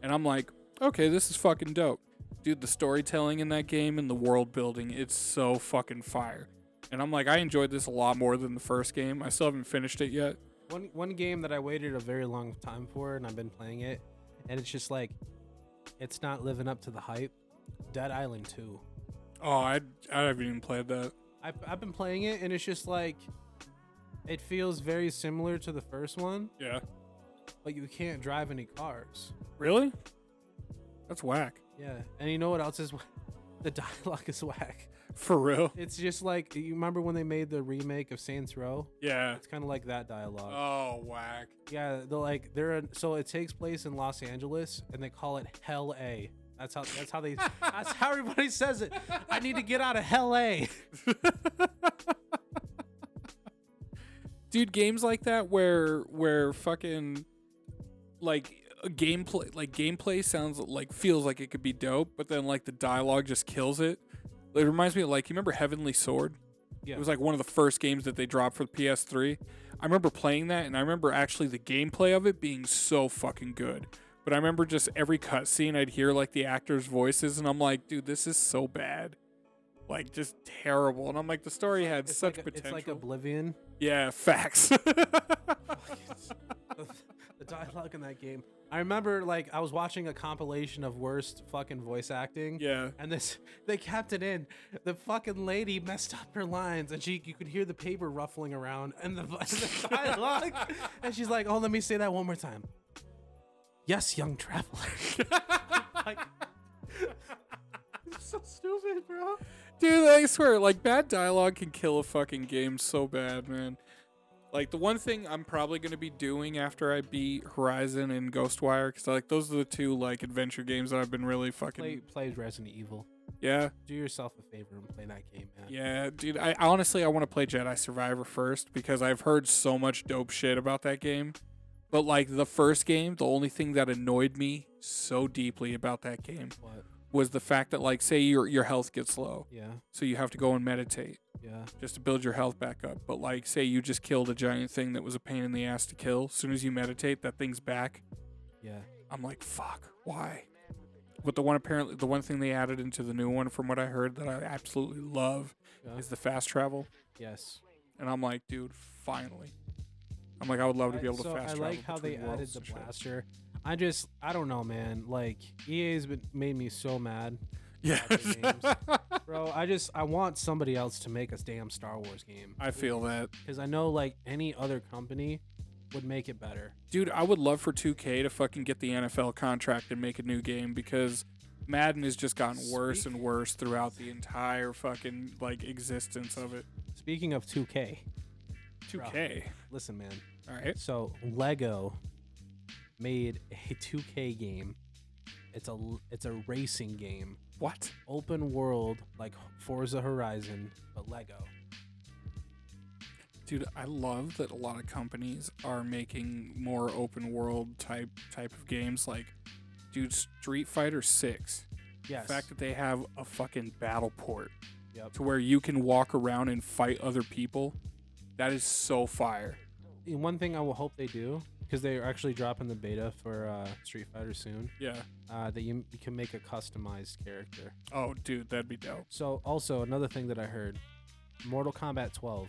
[SPEAKER 1] And I'm like, okay, this is fucking dope. Dude, the storytelling in that game and the world building, it's so fucking fire. And I'm like, I enjoyed this a lot more than the first game. I still haven't finished it yet.
[SPEAKER 2] One one game that I waited a very long time for, and I've been playing it, and it's just like, it's not living up to the hype. Dead Island Two.
[SPEAKER 1] Oh, I, I haven't even played that.
[SPEAKER 2] I've, I've been playing it, and it's just like, it feels very similar to the first one,
[SPEAKER 1] Yeah.
[SPEAKER 2] but you can't drive any cars.
[SPEAKER 1] Really? That's whack.
[SPEAKER 2] Yeah, and you know what else is? wha- The dialogue is whack.
[SPEAKER 1] For real?
[SPEAKER 2] It's just like you remember when they made the remake of Saints Row.
[SPEAKER 1] Yeah.
[SPEAKER 2] It's kind of like that dialogue.
[SPEAKER 1] Oh, whack.
[SPEAKER 2] Yeah, they're like they're so it takes place in Los Angeles and they call it Hell A. That's how that's how they that's how everybody says it. I need to get out of Hell A.
[SPEAKER 1] dude games like that where where fucking like a gameplay like gameplay sounds like feels like it could be dope but then like the dialogue just kills it it reminds me of like you remember heavenly sword
[SPEAKER 2] Yeah.
[SPEAKER 1] it was like one of the first games that they dropped for the ps3 i remember playing that and i remember actually the gameplay of it being so fucking good but i remember just every cutscene i'd hear like the actors voices and i'm like dude this is so bad like just terrible and i'm like the story had
[SPEAKER 2] It's
[SPEAKER 1] such
[SPEAKER 2] like a-
[SPEAKER 1] potential
[SPEAKER 2] It's like Oblivion.
[SPEAKER 1] yeah, facts.
[SPEAKER 2] the the dialogue in that game. I remember like I was watching a compilation of worst fucking voice acting.
[SPEAKER 1] yeah.
[SPEAKER 2] And this, they kept it in. The fucking lady messed up her lines, and she, you could hear the paper ruffling around and the, the dialogue. and she's like, "Oh, let me say that one more time." Yes, young traveler. like, it's so stupid, bro.
[SPEAKER 1] Dude, I swear, like bad dialogue can kill a fucking game so bad, man. Like the one thing I'm probably gonna be doing after I beat Horizon and Ghostwire, because like those are the two like adventure games that I've been really fucking.
[SPEAKER 2] Play, played Resident Evil.
[SPEAKER 1] Yeah.
[SPEAKER 2] Do yourself a favor and play that game, man.
[SPEAKER 1] Yeah, dude. I honestly I want to play Jedi Survivor first because I've heard so much dope shit about that game. But like the first game, the only thing that annoyed me so deeply about that game
[SPEAKER 2] But
[SPEAKER 1] was the fact that like say your your health gets low,
[SPEAKER 2] yeah,
[SPEAKER 1] so you have to go and meditate
[SPEAKER 2] yeah,
[SPEAKER 1] just to build your health back up. But like say you just killed a giant thing that was a pain in the ass to kill. As soon as you meditate, that thing's back.
[SPEAKER 2] yeah.
[SPEAKER 1] I'm like, fuck, why? But the one apparently the one thing they added into the new one from what I heard that I absolutely love
[SPEAKER 2] yeah.
[SPEAKER 1] is the fast travel.
[SPEAKER 2] yes.
[SPEAKER 1] And I'm like, dude, finally. I'm like, I would love to be able to
[SPEAKER 2] so
[SPEAKER 1] fast
[SPEAKER 2] I
[SPEAKER 1] travel.
[SPEAKER 2] like how they
[SPEAKER 1] between
[SPEAKER 2] added
[SPEAKER 1] worlds
[SPEAKER 2] the
[SPEAKER 1] and shit.
[SPEAKER 2] blaster. I just, I don't know, man. Like EA's been, made me so mad,
[SPEAKER 1] Yeah.
[SPEAKER 2] bro. I just, I want somebody else to make a damn Star Wars game
[SPEAKER 1] I feel that.
[SPEAKER 2] because I know like any other company would make it better.
[SPEAKER 1] Dude, I would love for 2K to fucking get the NFL contract and make a new game because Madden has just gotten worse and worse throughout the entire fucking like existence of it.
[SPEAKER 2] Speaking of 2K,
[SPEAKER 1] 2K.
[SPEAKER 2] listen, man.
[SPEAKER 1] All right.
[SPEAKER 2] So Lego made a 2K game. It's a it's a racing game,
[SPEAKER 1] What?
[SPEAKER 2] open world like Forza Horizon, but Lego.
[SPEAKER 1] Dude, I love that a lot of companies are making more open world type type of games like dude Street Fighter 6.
[SPEAKER 2] Yes.
[SPEAKER 1] The fact that they have a fucking battle port
[SPEAKER 2] Yep.
[SPEAKER 1] to where you can walk around and fight other people, that is so fire.
[SPEAKER 2] And one thing I will hope they do because they are actually dropping the beta for uh, Street Fighter soon.
[SPEAKER 1] Yeah.
[SPEAKER 2] Uh, that you, you can make a customized character.
[SPEAKER 1] Oh, dude, that'd be dope.
[SPEAKER 2] So also another thing that I heard, Mortal Kombat 12.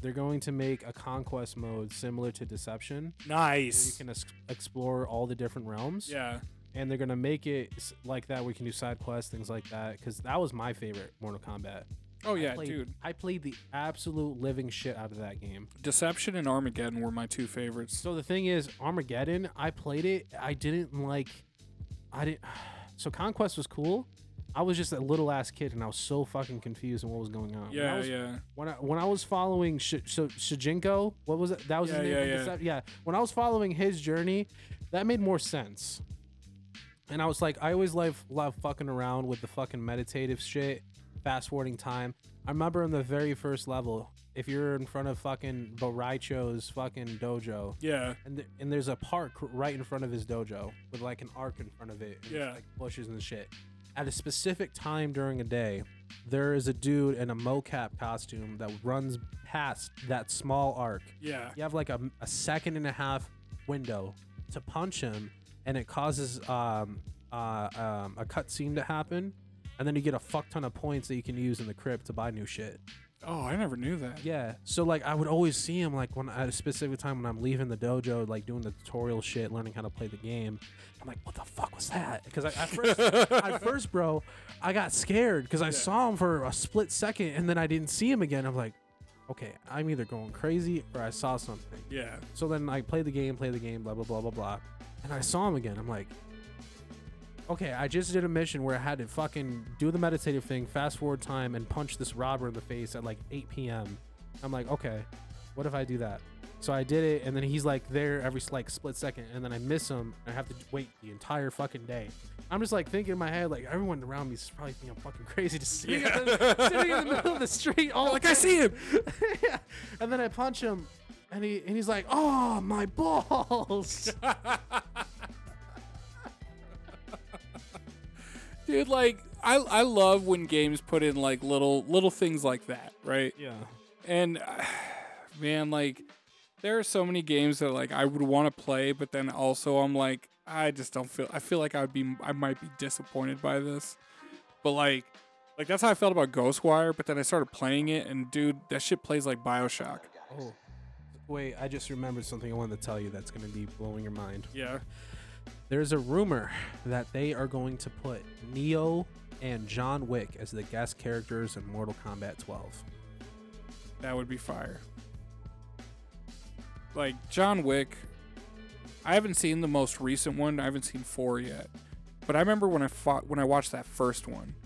[SPEAKER 2] They're going to make a conquest mode similar to Deception. where You
[SPEAKER 1] Nice.
[SPEAKER 2] can ex- explore all the different realms.
[SPEAKER 1] Yeah.
[SPEAKER 2] and they're gonna make it s- like that. We can do side quests, things like that. Because that was my favorite Mortal Kombat.
[SPEAKER 1] Oh
[SPEAKER 2] I
[SPEAKER 1] yeah,
[SPEAKER 2] played,
[SPEAKER 1] dude.
[SPEAKER 2] I played the absolute living shit out of that game.
[SPEAKER 1] Deception and Armageddon were my two favorites.
[SPEAKER 2] So the thing is, Armageddon. I played it. I didn't like. I didn't. So Conquest was cool. I was just a little ass kid, and I was so fucking confused on what was going on. when I
[SPEAKER 1] Yeah,
[SPEAKER 2] was,
[SPEAKER 1] yeah.
[SPEAKER 2] When I, when I was following Sh- so Shijinko, what was it? That was
[SPEAKER 1] Yeah,
[SPEAKER 2] his name.
[SPEAKER 1] yeah,
[SPEAKER 2] from
[SPEAKER 1] yeah.
[SPEAKER 2] Decep- yeah. When I was following his journey, that made more sense. And I was like, I always love love fucking around with the fucking meditative shit, fast forwarding time. I remember in the very first level, if you're in front of fucking Boraicho's fucking dojo,
[SPEAKER 1] Yeah.
[SPEAKER 2] and th- and there's a park right in front of his dojo with like an arc in front of it, and
[SPEAKER 1] Yeah.
[SPEAKER 2] like bushes and shit. At a specific time during a day, there is a dude in a mocap costume that runs past that small arc.
[SPEAKER 1] Yeah.
[SPEAKER 2] You have like a, a second and a half window to punch him, and it causes um, uh, um, a cutscene to happen. And then you get a fuck ton of points that you can use in the crypt to buy new shit.
[SPEAKER 1] Oh, I never knew that.
[SPEAKER 2] Yeah. So like I would always see him like when at a specific time when I'm leaving the dojo, like doing the tutorial shit, learning how to play the game. I'm like, what the fuck was that? Because at first, at first, bro, I got scared because I saw him for a split second and then I didn't see him again. I'm like, okay, I'm either going crazy or I saw something.
[SPEAKER 1] Yeah.
[SPEAKER 2] So then I played the game, played the game, blah blah blah blah blah, and I saw him again. I'm like, okay, I just did a mission where I had to fucking do the meditative thing, fast forward time, and punch this robber in the face at like 8 p.m. I'm like, okay, what if I do that? So I did it, and then he's like there every like split second, and then I miss him. And I have to wait the entire fucking day. I'm just like thinking in my head, like everyone around me is probably thinking I'm fucking crazy just sitting, in, the, sitting in the middle of the street, all
[SPEAKER 1] Like I see him.
[SPEAKER 2] yeah. And then I punch him, and he and he's like, "Oh, my balls!"
[SPEAKER 1] Dude, like I I love when games put in like little little things like that, right?
[SPEAKER 2] yeah.
[SPEAKER 1] And uh, man, like there are so many games that like I would want to play, but then also I'm like I just don't feel I feel like I'd be I might be disappointed by this. But like like that's how I felt about Ghostwire, but then I started playing it and dude, that shit plays like BioShock.
[SPEAKER 2] Oh, wait. I just remembered something I wanted to tell you that's going to be blowing your mind.
[SPEAKER 1] Yeah.
[SPEAKER 2] There's a rumor that they are going to put Neo and John Wick as the guest characters in Mortal Kombat 12.
[SPEAKER 1] That would be fire. Like John Wick, I haven't seen the most recent one. I haven't seen four yet, but I remember when I fought when I watched that first one.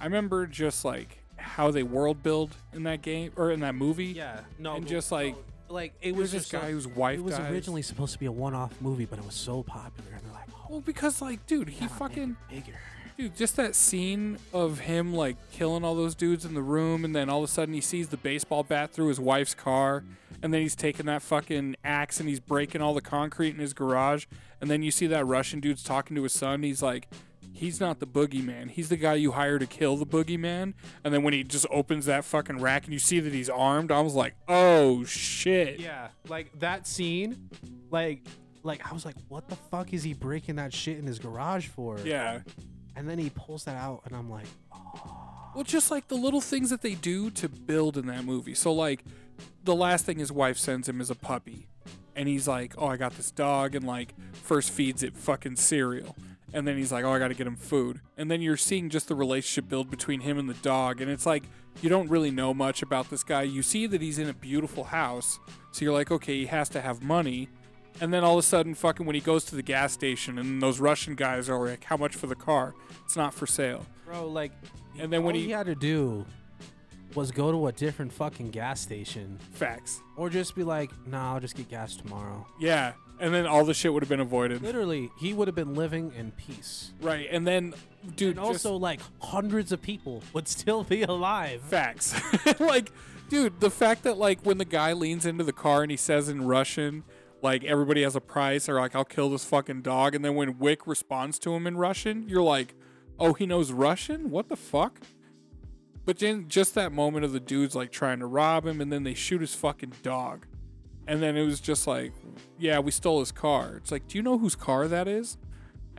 [SPEAKER 1] I remember just like how they world build in that game or in that movie.
[SPEAKER 2] Yeah. No.
[SPEAKER 1] and just like
[SPEAKER 2] like it
[SPEAKER 1] there's this guy whose wife
[SPEAKER 2] It was
[SPEAKER 1] dies.
[SPEAKER 2] originally supposed to be a one-off movie, but it was so popular, and they're like, "Oh,
[SPEAKER 1] well because like dude he
[SPEAKER 2] God, make it
[SPEAKER 1] fucking
[SPEAKER 2] bigger."
[SPEAKER 1] Dude, just that scene of him like killing all those dudes in the room, and then all of a sudden he sees the baseball bat through his wife's car, and then he's taking that fucking axe and he's breaking all the concrete in his garage, and then you see that Russian dude's talking to his son. He's like, "He's not the boogeyman. He's the guy you hire to kill the boogeyman." And then when he just opens that fucking rack and you see that he's armed, I was like, "Oh shit!"
[SPEAKER 2] Yeah, like that scene, like like I was like, what the fuck is he breaking that shit in his garage for?
[SPEAKER 1] Yeah.
[SPEAKER 2] And then he pulls that out, and I'm like,
[SPEAKER 1] Well, just like the little things that they do to build in that movie. So, like, the last thing his wife sends him is a puppy. And he's like, oh, I got this dog. And, like, first feeds it fucking cereal. And then he's like, oh, I got to get him food. And then you're seeing just the relationship build between him and the dog. And it's like, you don't really know much about this guy. You see that he's in a beautiful house. So you're like, okay, he has to have money. And then all of a sudden, fucking, when he goes to the gas station and those Russian guys are like, how much for the car? It's not for sale.
[SPEAKER 2] bro, like.
[SPEAKER 1] And then when
[SPEAKER 2] all
[SPEAKER 1] he-
[SPEAKER 2] he had to do was go to a different fucking gas station,
[SPEAKER 1] Facts.
[SPEAKER 2] or just be like, nah, I'll just get gas tomorrow.
[SPEAKER 1] Yeah, and then all the shit would have been avoided.
[SPEAKER 2] Literally, he would have been living in peace.
[SPEAKER 1] Right, and then, dude,
[SPEAKER 2] and also, like hundreds of people would still be alive.
[SPEAKER 1] just facts. like, dude, the fact that like when the guy leans into the car and he says in Russian, like everybody has a price, or like I'll kill this fucking dog, and then when Wick responds to him in Russian, you're like, oh, he knows Russian? What the fuck? But then just that moment of the dudes like trying to rob him, and then they shoot his fucking dog, and then it was just like, yeah, we stole his car. It's like, do you know whose car that is?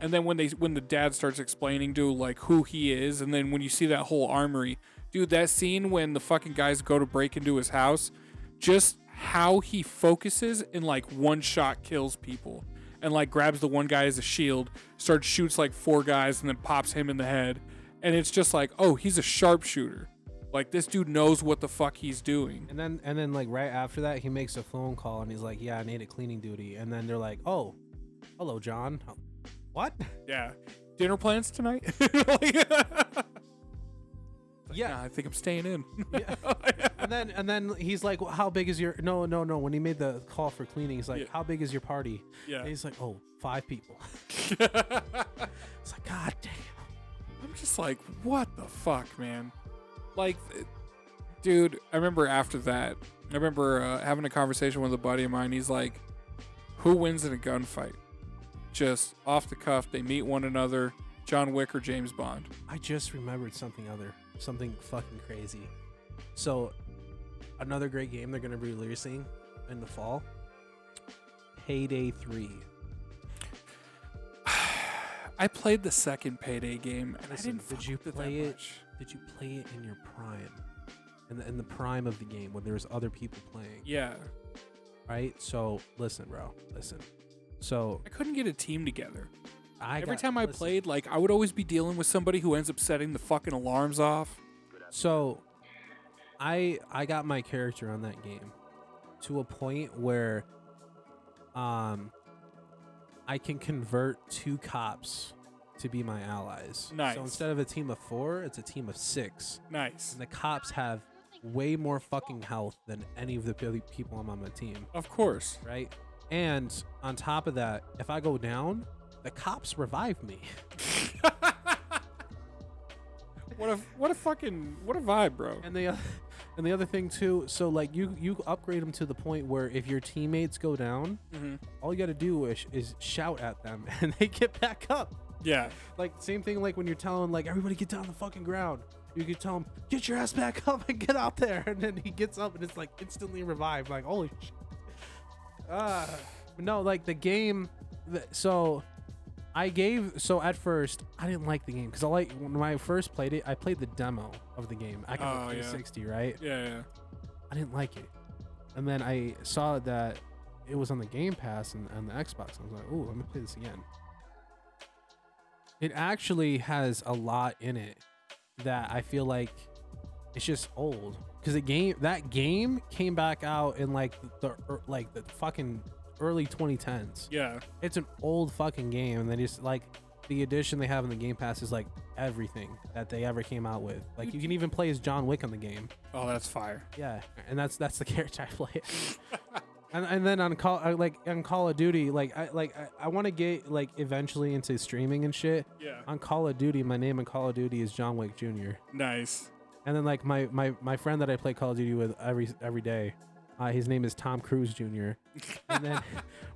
[SPEAKER 1] And then when they when the dad starts explaining to like who he is, and then when you see that whole armory, dude, that scene when the fucking guys go to break into his house, just how he focuses and like one shot kills people, and like grabs the one guy as a shield, starts shoots like four guys, and then pops him in the head, and it's just like, oh, he's a sharpshooter. Like this dude knows what the fuck he's doing.
[SPEAKER 2] And then and then like right after that he makes a phone call and he's like, "Yeah, I need a cleaning duty." And then they're like, "Oh, hello, John." What?
[SPEAKER 1] Yeah. Dinner plans tonight? Like-
[SPEAKER 2] Yeah.
[SPEAKER 1] Nah, I think I'm staying in.
[SPEAKER 2] and then and then he's like, well, "How big is your?" No, no, no. When he made the call for cleaning, he's like,
[SPEAKER 1] Yeah.
[SPEAKER 2] "How big is your party?"
[SPEAKER 1] Yeah.
[SPEAKER 2] And he's like, "Oh, five people." it's like, "God damn."
[SPEAKER 1] I'm just like, what the fuck, man? Like, th- dude, I remember after that, I remember uh, having a conversation with a buddy of mine. He's like, who wins in a gunfight? Just off the cuff, they meet one another. John Wick or James Bond?
[SPEAKER 2] I just remembered something other, something fucking crazy. So, another great game they're gonna be releasing in the fall. Payday three.
[SPEAKER 1] I played the second payday game, and
[SPEAKER 2] Listen,
[SPEAKER 1] I didn't.
[SPEAKER 2] did
[SPEAKER 1] fuck
[SPEAKER 2] you
[SPEAKER 1] with it that
[SPEAKER 2] play it?
[SPEAKER 1] much.
[SPEAKER 2] did you play it in your prime in the, in the prime of the game when there was other people playing
[SPEAKER 1] Yeah,
[SPEAKER 2] right so listen bro listen so
[SPEAKER 1] I couldn't get a team together.
[SPEAKER 2] i
[SPEAKER 1] Every
[SPEAKER 2] got-
[SPEAKER 1] time I
[SPEAKER 2] listen,
[SPEAKER 1] played, like I would always be dealing with somebody who ends up setting the fucking alarms off.
[SPEAKER 2] so i i got my character on that game to a point where um i can convert two cops to be my allies
[SPEAKER 1] Nice.
[SPEAKER 2] so instead of a team of four it's a team of six
[SPEAKER 1] Nice.
[SPEAKER 2] and the cops have way more fucking health than any of the people I'm on my team
[SPEAKER 1] Of course.
[SPEAKER 2] right? And on top of that, if I go down, the cops revive me.
[SPEAKER 1] What a what a fucking what a vibe, bro.
[SPEAKER 2] And the and the other thing too, so like you you upgrade them to the point where if your teammates go down,
[SPEAKER 1] Mhm.
[SPEAKER 2] all you got to do is, is shout at them and they get back up.
[SPEAKER 1] Yeah.
[SPEAKER 2] Like same thing like when you're telling like everybody get down the fucking ground. You could tell him get your ass back up and get out there, and then he gets up and it's like instantly revived. Like holy shit. Uh, no, like the game. th- So I gave. So at first I didn't like the game because I like when I first played it. I played the demo of the game. I got
[SPEAKER 1] Oh,
[SPEAKER 2] the
[SPEAKER 1] yeah.
[SPEAKER 2] 360, right?
[SPEAKER 1] Yeah. yeah.
[SPEAKER 2] I didn't like it. And then I saw that it was on the Game Pass and on the Xbox. I was like, ooh, let me play this again. It actually has a lot in it that I feel like it's just old. Cause the game that game came back out in like the er- like the fucking early 2010s.
[SPEAKER 1] Yeah.
[SPEAKER 2] It's an old fucking game, and they just like the addition they have in the Game Pass is like everything that they ever came out with. Like you can even play as John Wick on the game.
[SPEAKER 1] Oh, that's fire.
[SPEAKER 2] Yeah, and that's that's the character I play. And, and then on call uh, like on Call of Duty, like I like I, I want to get like eventually into streaming and shit.
[SPEAKER 1] Yeah.
[SPEAKER 2] On Call of Duty, my name in Call of Duty is John Wick Jr.
[SPEAKER 1] Nice.
[SPEAKER 2] And then like my my my friend that I play Call of Duty with every every day, uh, his name is Tom Cruise Jr. And then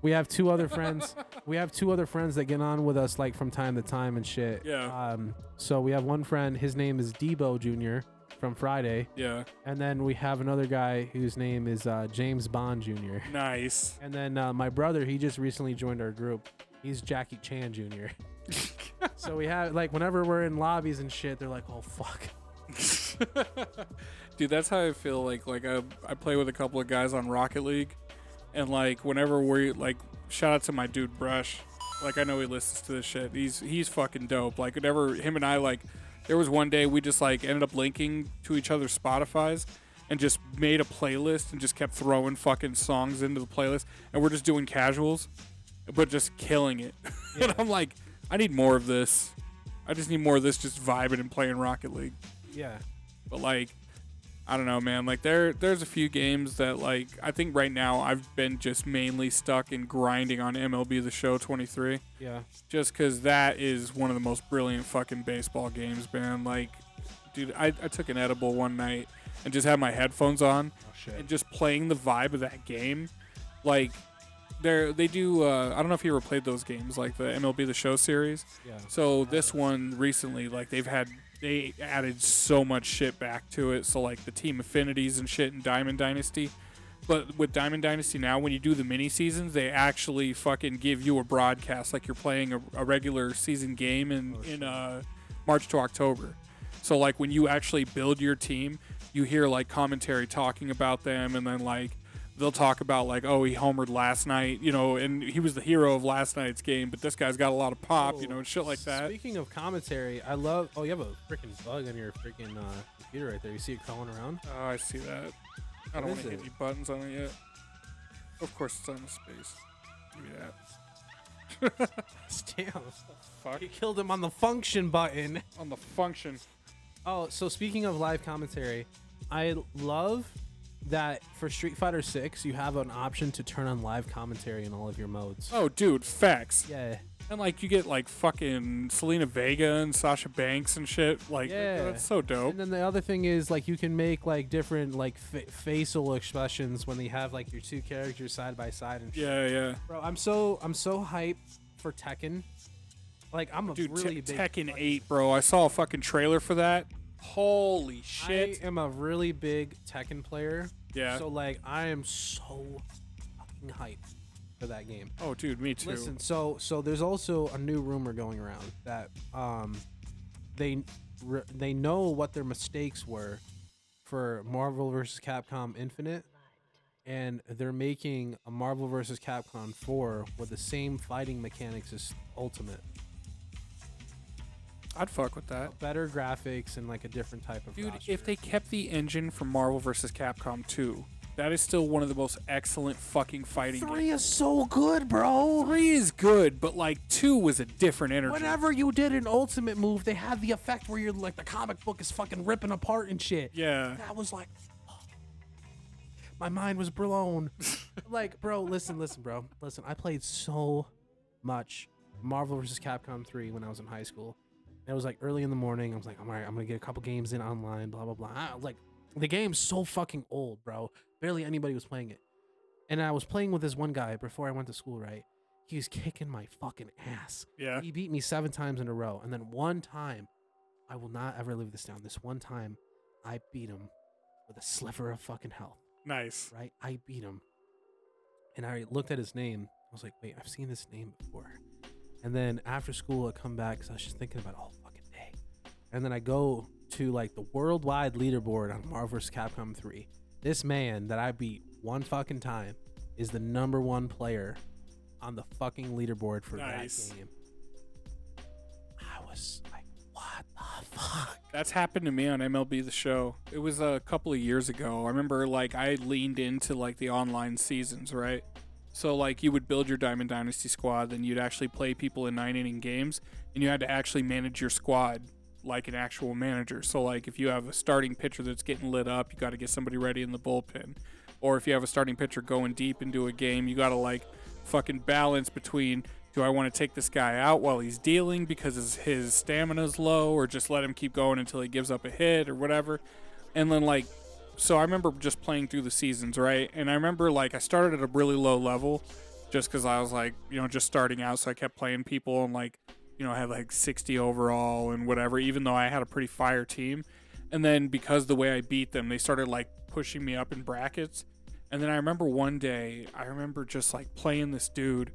[SPEAKER 2] we have two other friends. We have two other friends that get on with us like from time to time and shit.
[SPEAKER 1] Yeah.
[SPEAKER 2] Um. So we have one friend. His name is Debo Jr. from Friday,
[SPEAKER 1] Yeah.
[SPEAKER 2] and then we have another guy whose name is uh, James Bond Jr.
[SPEAKER 1] Nice.
[SPEAKER 2] And then uh, my brother, he just recently joined our group. He's Jackie Chan Jr. so we have like whenever we're in lobbies and shit, they're like, "Oh fuck."
[SPEAKER 1] Dude, that's how I feel like like I I play with a couple of guys on Rocket League and like whenever we like shout out to my dude Brush. Like I know he listens to this shit. He's he's fucking dope. Like whenever him and I like there was one day we just like ended up linking to each other's Spotify's and just made a playlist and just kept throwing fucking songs into the playlist and we're just doing casuals but just killing it. and I'm like I need more of this. I just need more of this just vibing and playing Rocket League
[SPEAKER 2] Yeah.
[SPEAKER 1] but like I don't know, man. Like there, there's a few games that like I think right now I've been just mainly stuck in grinding on MLB The Show 23,
[SPEAKER 2] Yeah.
[SPEAKER 1] just because that is one of the most brilliant fucking baseball games, man. Like, dude, I, I took an edible one night and just had my headphones on
[SPEAKER 2] Oh shit.
[SPEAKER 1] and just playing the vibe of that game. Like, they they do. Uh, I don't know if you ever played those games, like the MLB The Show series.
[SPEAKER 2] Yeah.
[SPEAKER 1] So this one recently, like they've had they added so much shit back to it. So like the team affinities and shit in Diamond Dynasty. But with Diamond Dynasty now, when you do the mini seasons, they actually fucking give you a broadcast like you're playing a, a regular season game in in uh, March to October. So like when you actually build your team, you hear like commentary talking about them, and then like they'll talk about like oh he homered last night, you know, and he was the hero of last night's game, but this guy's got a lot of pop, you know, and shit like that.
[SPEAKER 2] Speaking of commentary, I love. Oh, you have a freaking bug on your freaking uh, computer right there. You see it crawling around?
[SPEAKER 1] Oh, I see that. I don't
[SPEAKER 2] What
[SPEAKER 1] want
[SPEAKER 2] is
[SPEAKER 1] to hit
[SPEAKER 2] it?
[SPEAKER 1] any buttons on it yet. Of course, it's on the space. Give me that.
[SPEAKER 2] Damn.
[SPEAKER 1] Fuck.
[SPEAKER 2] You killed him on the function button.
[SPEAKER 1] On the function.
[SPEAKER 2] Oh, so speaking of live commentary, I love that for Street Fighter 6 you have an option to turn on live commentary in all of your modes.
[SPEAKER 1] Oh, dude, facts.
[SPEAKER 2] Yeah.
[SPEAKER 1] And like you get like fucking Selena Vega and Sasha Banks and shit. Like
[SPEAKER 2] Yeah.
[SPEAKER 1] that's so dope.
[SPEAKER 2] And then the other thing is like you can make like different like fa- facial expressions when they have like your two characters side by side and shit.
[SPEAKER 1] Yeah, yeah.
[SPEAKER 2] Bro, I'm so I'm so hyped for Tekken. Like I'm a
[SPEAKER 1] Dude, Te-
[SPEAKER 2] really big
[SPEAKER 1] Tekken 8, bro. I saw a fucking trailer for that. Holy shit.
[SPEAKER 2] I am a really big Tekken player.
[SPEAKER 1] Yeah.
[SPEAKER 2] So like I am so fucking hyped for that game.
[SPEAKER 1] oh, dude, me too.
[SPEAKER 2] Listen, so so there's also a new rumor going around that um they re- they know what their mistakes were for Marvel vs. Capcom Infinite, and they're making a Marvel vs. Capcom 4 with the same fighting mechanics as Ultimate,
[SPEAKER 1] I'd fuck with that.
[SPEAKER 2] better graphics and like a different type of
[SPEAKER 1] Dude,
[SPEAKER 2] roster.
[SPEAKER 1] if they kept the engine from Marvel vs. Capcom 2, that is still one of the most excellent fucking fighting games.
[SPEAKER 2] three is so good, bro.
[SPEAKER 1] 3 is good, but like 2 was a different energy.
[SPEAKER 2] Whenever you did an ultimate move, they had the effect where you're like the comic book is fucking ripping apart and shit.
[SPEAKER 1] Yeah.
[SPEAKER 2] I was like, my mind was blown. like, bro, listen, listen, bro, listen. I played so much Marvel vs. Capcom 3 when I was in high school. And it was like early in the morning. I was like, all right, I'm gonna get a couple games in online, blah blah blah. I, like, the game's so fucking old, bro. Barely anybody was playing it. And I was playing with this one guy before I went to school, right? He was kicking my fucking ass.
[SPEAKER 1] Yeah.
[SPEAKER 2] He beat me seven times in a row. And then one time, I will not ever live this down. This one time, I beat him with a sliver of fucking health,
[SPEAKER 1] Nice.
[SPEAKER 2] right? I beat him. And I looked at his name. I was like, wait, I've seen this name before. And then after school, I come back because I was just thinking about it all fucking day. And then I go to like the worldwide leaderboard on Marvel vs. Capcom 3. This man that I beat one fucking time is the number one player on the fucking leaderboard for
[SPEAKER 1] Nice.
[SPEAKER 2] that game. I was like, what the fuck?
[SPEAKER 1] That's happened to me on MLB The Show. It was a couple of years ago. I remember like I leaned into like the online seasons, right? So like you would build your Diamond Dynasty squad, then you'd actually play people in nine inning games, and you had to actually manage your squad like an actual manager. So like if you have a starting pitcher that's getting lit up, you got to get somebody ready in the bullpen, Or if you have a starting pitcher going deep into a game, you got to like fucking balance between do I want to take this guy out while he's dealing because his, his stamina's low, or just let him keep going until he gives up a hit or whatever. And then like, so I remember just playing through the seasons, right? And I remember like I started at a really low level, just because I was like, you know, just starting out. So I kept playing people and like, you know, I had like 60 overall and whatever, even though I had a pretty fire team. And then because the way I beat them, they started like pushing me up in brackets. And then I remember one day, I remember just like playing this dude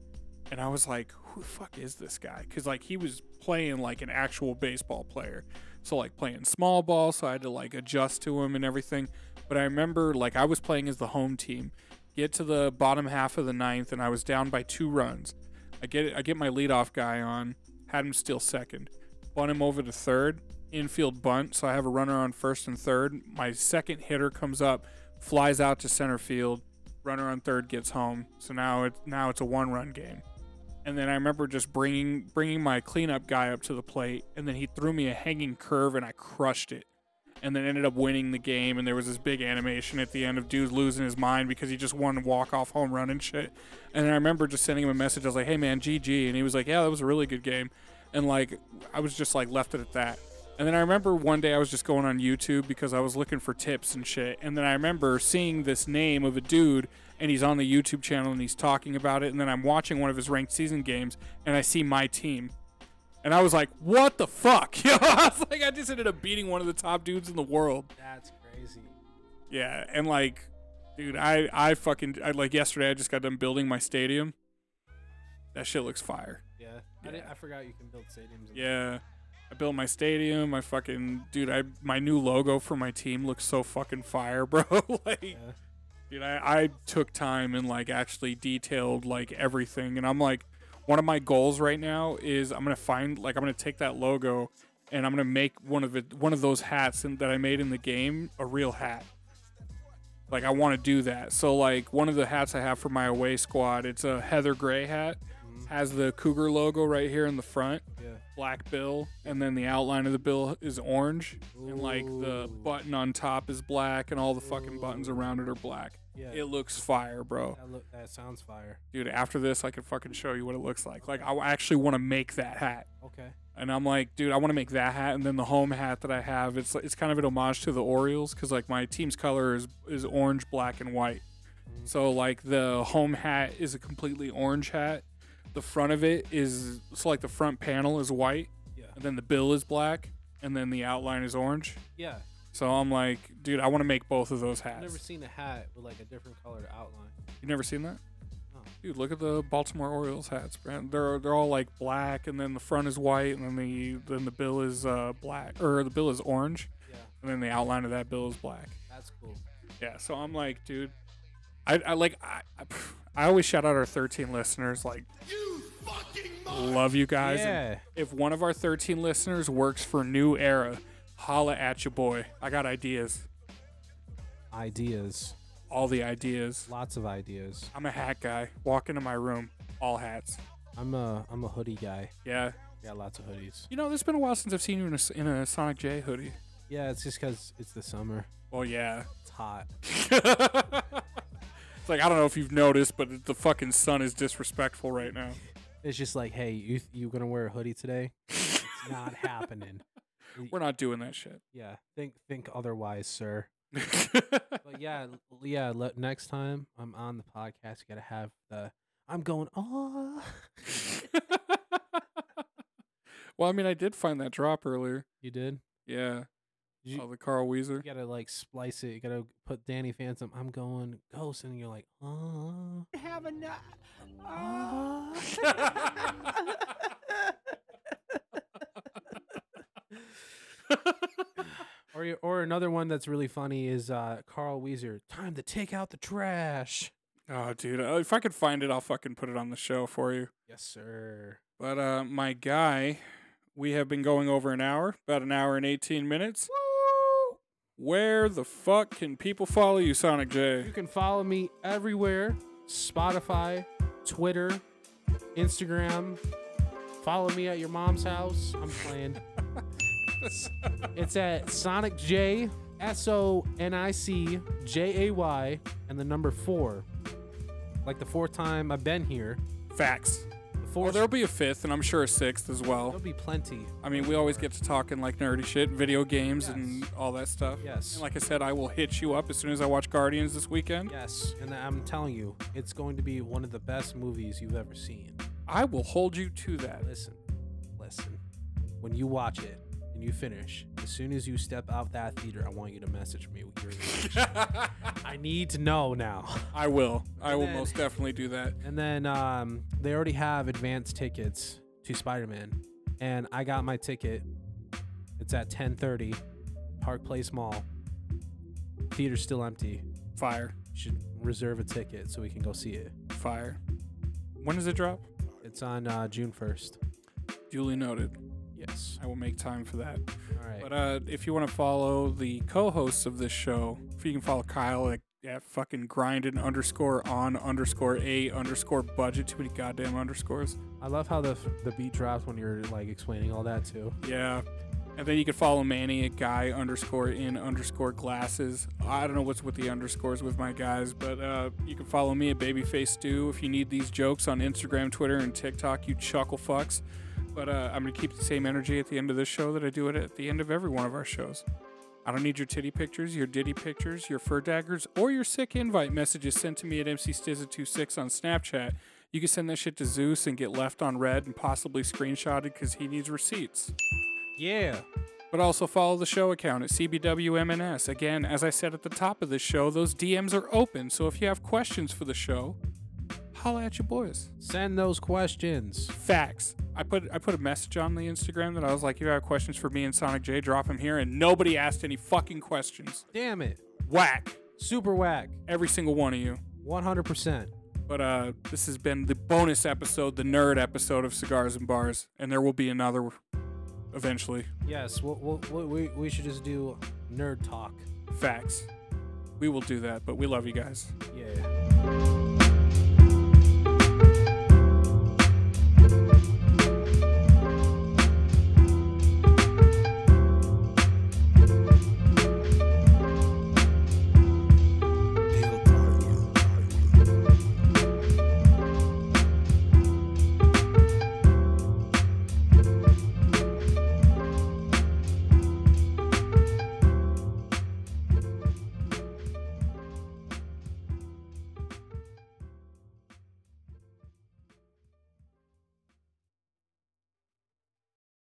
[SPEAKER 1] and I was like, who the fuck is this guy? Because like he was playing like an actual baseball player. So like playing small ball, so I had to like adjust to him and everything. But I remember like I was playing as the home team. Get to the bottom half of the ninth, and I was down by two runs. I get I get my leadoff guy on, had him steal second, bunt him over to third, infield bunt. So I have a runner on first and third. My second hitter comes up, flies out to center field, runner on third gets home. So now it's now it's a one run game. And then I remember just bringing bringing my cleanup guy up to the plate, and then he threw me a hanging curve, and I crushed it. And then ended up winning the game, and there was this big animation at the end of dude losing his mind because he just won walk off home run and shit. And I remember just sending him a message. I was like, "Hey man, GG," and he was like, "Yeah, that was a really good game." And like, I was just like left it at that. And then I remember one day I was just going on YouTube because I was looking for tips and shit. And then I remember seeing this name of a dude and he's on the YouTube channel and he's talking about it. And then I'm watching one of his ranked season games and I see my team. And I was like, what the fuck? You know, I was like, I just ended up beating one of the top dudes in the world.
[SPEAKER 2] That's crazy.
[SPEAKER 1] Yeah, and like, dude, I I fucking I like yesterday. I just got done building my stadium. That shit looks fire.
[SPEAKER 2] Yeah.
[SPEAKER 1] Yeah.
[SPEAKER 2] I, did, I forgot you can build stadiums. in-
[SPEAKER 1] Yeah, I built my stadium. I fucking dude, I my new logo for my team looks so fucking fire, bro. like,
[SPEAKER 2] Yeah.
[SPEAKER 1] dude, I I took time and like actually detailed like everything, and I'm like, one of my goals right now is I'm gonna find like I'm gonna take that logo. And I'm gonna make one of it, one of those hats in, that I made in the game a real hat. like I want to do that. So like one of the hats I have for my away squad, it's a heather gray hat, has the cougar logo right here in the front,
[SPEAKER 2] Yeah.
[SPEAKER 1] black bill, and then the outline of the bill is orange, and like the
[SPEAKER 2] Ooh.
[SPEAKER 1] button on top is black, and all the fucking buttons around it are black.
[SPEAKER 2] Yeah.
[SPEAKER 1] It looks fire, bro.
[SPEAKER 2] that, look, that sounds fire.
[SPEAKER 1] Dude, after this, I can fucking show you what it looks like. Like I actually want to make that hat.
[SPEAKER 2] Okay.
[SPEAKER 1] And I'm like, dude, I want to make that hat, and then the home hat that I have, it's it's kind of an homage to the Orioles, because like my team's color is is orange, black, and white. So like the home hat is a completely orange hat. The front of it is so like the front panel is white,
[SPEAKER 2] Yeah.
[SPEAKER 1] and then the bill is black, and then the outline is orange.
[SPEAKER 2] Yeah.
[SPEAKER 1] So I'm like, dude, I want to make both of those
[SPEAKER 2] I've
[SPEAKER 1] hats.
[SPEAKER 2] never seen a hat with like a different colored outline.
[SPEAKER 1] You've never seen that?
[SPEAKER 2] No.
[SPEAKER 1] Dude, look at the Baltimore Orioles hats, man. They're they're all like black, and then the front is white, and then the then the bill is uh, black, or the bill is orange,
[SPEAKER 2] Yeah.
[SPEAKER 1] and then the outline of that bill is black.
[SPEAKER 2] That's cool.
[SPEAKER 1] Yeah, so I'm like, dude, I, I like I, I, I always shout out our 13 listeners. Like,
[SPEAKER 3] You fucking moron!
[SPEAKER 1] love you guys. and
[SPEAKER 2] Yeah.
[SPEAKER 1] If one of our 13 listeners works for New Era, holla at you, boy. I got ideas.
[SPEAKER 2] Ideas.
[SPEAKER 1] All the ideas.
[SPEAKER 2] Lots of ideas.
[SPEAKER 1] I'm a hat guy. Walk into my room, all hats.
[SPEAKER 2] I'm a I'm a hoodie guy.
[SPEAKER 1] Yeah.
[SPEAKER 2] Got lots of hoodies.
[SPEAKER 1] You know, it's been a while since I've seen you in a, in a Sonic J hoodie.
[SPEAKER 2] Yeah, it's just because it's the summer.
[SPEAKER 1] Well, yeah.
[SPEAKER 2] It's hot.
[SPEAKER 1] it's like, I don't know if you've noticed, but the fucking sun is disrespectful right now.
[SPEAKER 2] It's just like, hey, you you gonna wear a hoodie today? it's not happening.
[SPEAKER 1] We're not doing that shit.
[SPEAKER 2] Yeah, think think otherwise, sir. But yeah, l- yeah. Le- next time I'm on the podcast, you gotta have the. I'm going. Oh,
[SPEAKER 1] well, I mean, I did find that drop earlier.
[SPEAKER 2] you did.
[SPEAKER 1] Yeah.
[SPEAKER 2] Did you,
[SPEAKER 1] oh, the Carl Weezer.
[SPEAKER 2] you gotta like splice it. You gotta put Danny Phantom. I'm going ghost, and you're like, oh.
[SPEAKER 3] Have a ah. nut.
[SPEAKER 2] Or you- or another one that's really funny is uh, Carl Weezer. Time to take out the trash.
[SPEAKER 1] oh, dude. uh, If I could find it, I'll fucking put it on the show for you.
[SPEAKER 2] Yes, sir.
[SPEAKER 1] But uh, my guy, we have been going over an hour, about an hour and 18 minutes. Where the fuck can people follow you, Sonic
[SPEAKER 2] You
[SPEAKER 1] J?
[SPEAKER 2] can follow me everywhere Spotify, Twitter, Instagram. Follow me at your mom's house. I'm playing. it's at Sonic J S O N I C J A Y and the number four. Like the fourth time I've been here.
[SPEAKER 1] Facts.
[SPEAKER 2] The
[SPEAKER 1] Or
[SPEAKER 2] fourth,
[SPEAKER 1] there'll be a fifth, and I'm sure a sixth as well.
[SPEAKER 2] there'll be plenty.
[SPEAKER 1] I mean, we always get to talking like nerdy shit, video games, and
[SPEAKER 2] Yes.
[SPEAKER 1] all that stuff.
[SPEAKER 2] Yes.
[SPEAKER 1] And like I said, I will hit you up as soon as I watch Guardians this weekend.
[SPEAKER 2] Yes, and I'm telling you, it's going to be one of the best movies you've ever seen.
[SPEAKER 1] I will hold you to that.
[SPEAKER 2] Listen, listen. When you watch it and you finish, as soon as you step out that theater, I want you to message me with your reaction. I need to know now.
[SPEAKER 1] I will. I will
[SPEAKER 2] then-
[SPEAKER 1] most definitely do that.
[SPEAKER 2] And then um, they already have advanced tickets to Spider-Man, and I got my ticket. It's at 10:30, Park Place Mall. Theater's still empty.
[SPEAKER 1] Fire.
[SPEAKER 2] You should reserve a ticket so we can go see it.
[SPEAKER 1] Fire. When does it drop?
[SPEAKER 2] It's on uh, June 1st.
[SPEAKER 1] Duly noted.
[SPEAKER 2] Yes.
[SPEAKER 1] I will make time for that.
[SPEAKER 2] All right.
[SPEAKER 1] But uh, if you want to follow the co-hosts of this show, if you can follow Kyle at, at fucking grinding underscore on underscore a underscore budget. Too many goddamn underscores.
[SPEAKER 2] I love how the the beat drops when you're like explaining all that too.
[SPEAKER 1] Yeah. And then you can follow Manny at guy underscore in underscore glasses. I don't know what's with the underscores with my guys, but uh, you can follow me at Babyface Stew if you need these jokes on Instagram, Twitter, and TikTok, you chuckle fucks. But uh, I'm going to keep the same energy at the end of this show that I do it at the end of every one of our shows. I don't need your titty pictures, your ditty pictures, your fur daggers, or your sick invite messages sent to me at mcstizza26 on Snapchat. You can send that shit to Zeus and get left on red and possibly screenshotted because he needs receipts
[SPEAKER 2] Yeah.
[SPEAKER 1] but also follow the show account at CBWMNS. Again, as I said at the top of this show, those DMs are open, so if you have questions for the show, holla at your boys.
[SPEAKER 2] Send those questions.
[SPEAKER 1] Facts. I put I put a message on the Instagram that I was like, "You have questions for me and Sonic J? Drop them here." And nobody asked any fucking questions.
[SPEAKER 2] Damn it.
[SPEAKER 1] Whack
[SPEAKER 2] Super whack.
[SPEAKER 1] every single one of you.
[SPEAKER 2] 100%.
[SPEAKER 1] But uh, this has been the bonus episode, the nerd episode of Cigars and Bars, and there will be another eventually.
[SPEAKER 2] Yes, we'll, we'll, we- we, we should just do nerd talk.
[SPEAKER 1] Facts. We will do that, but we love you guys.
[SPEAKER 2] Yeah.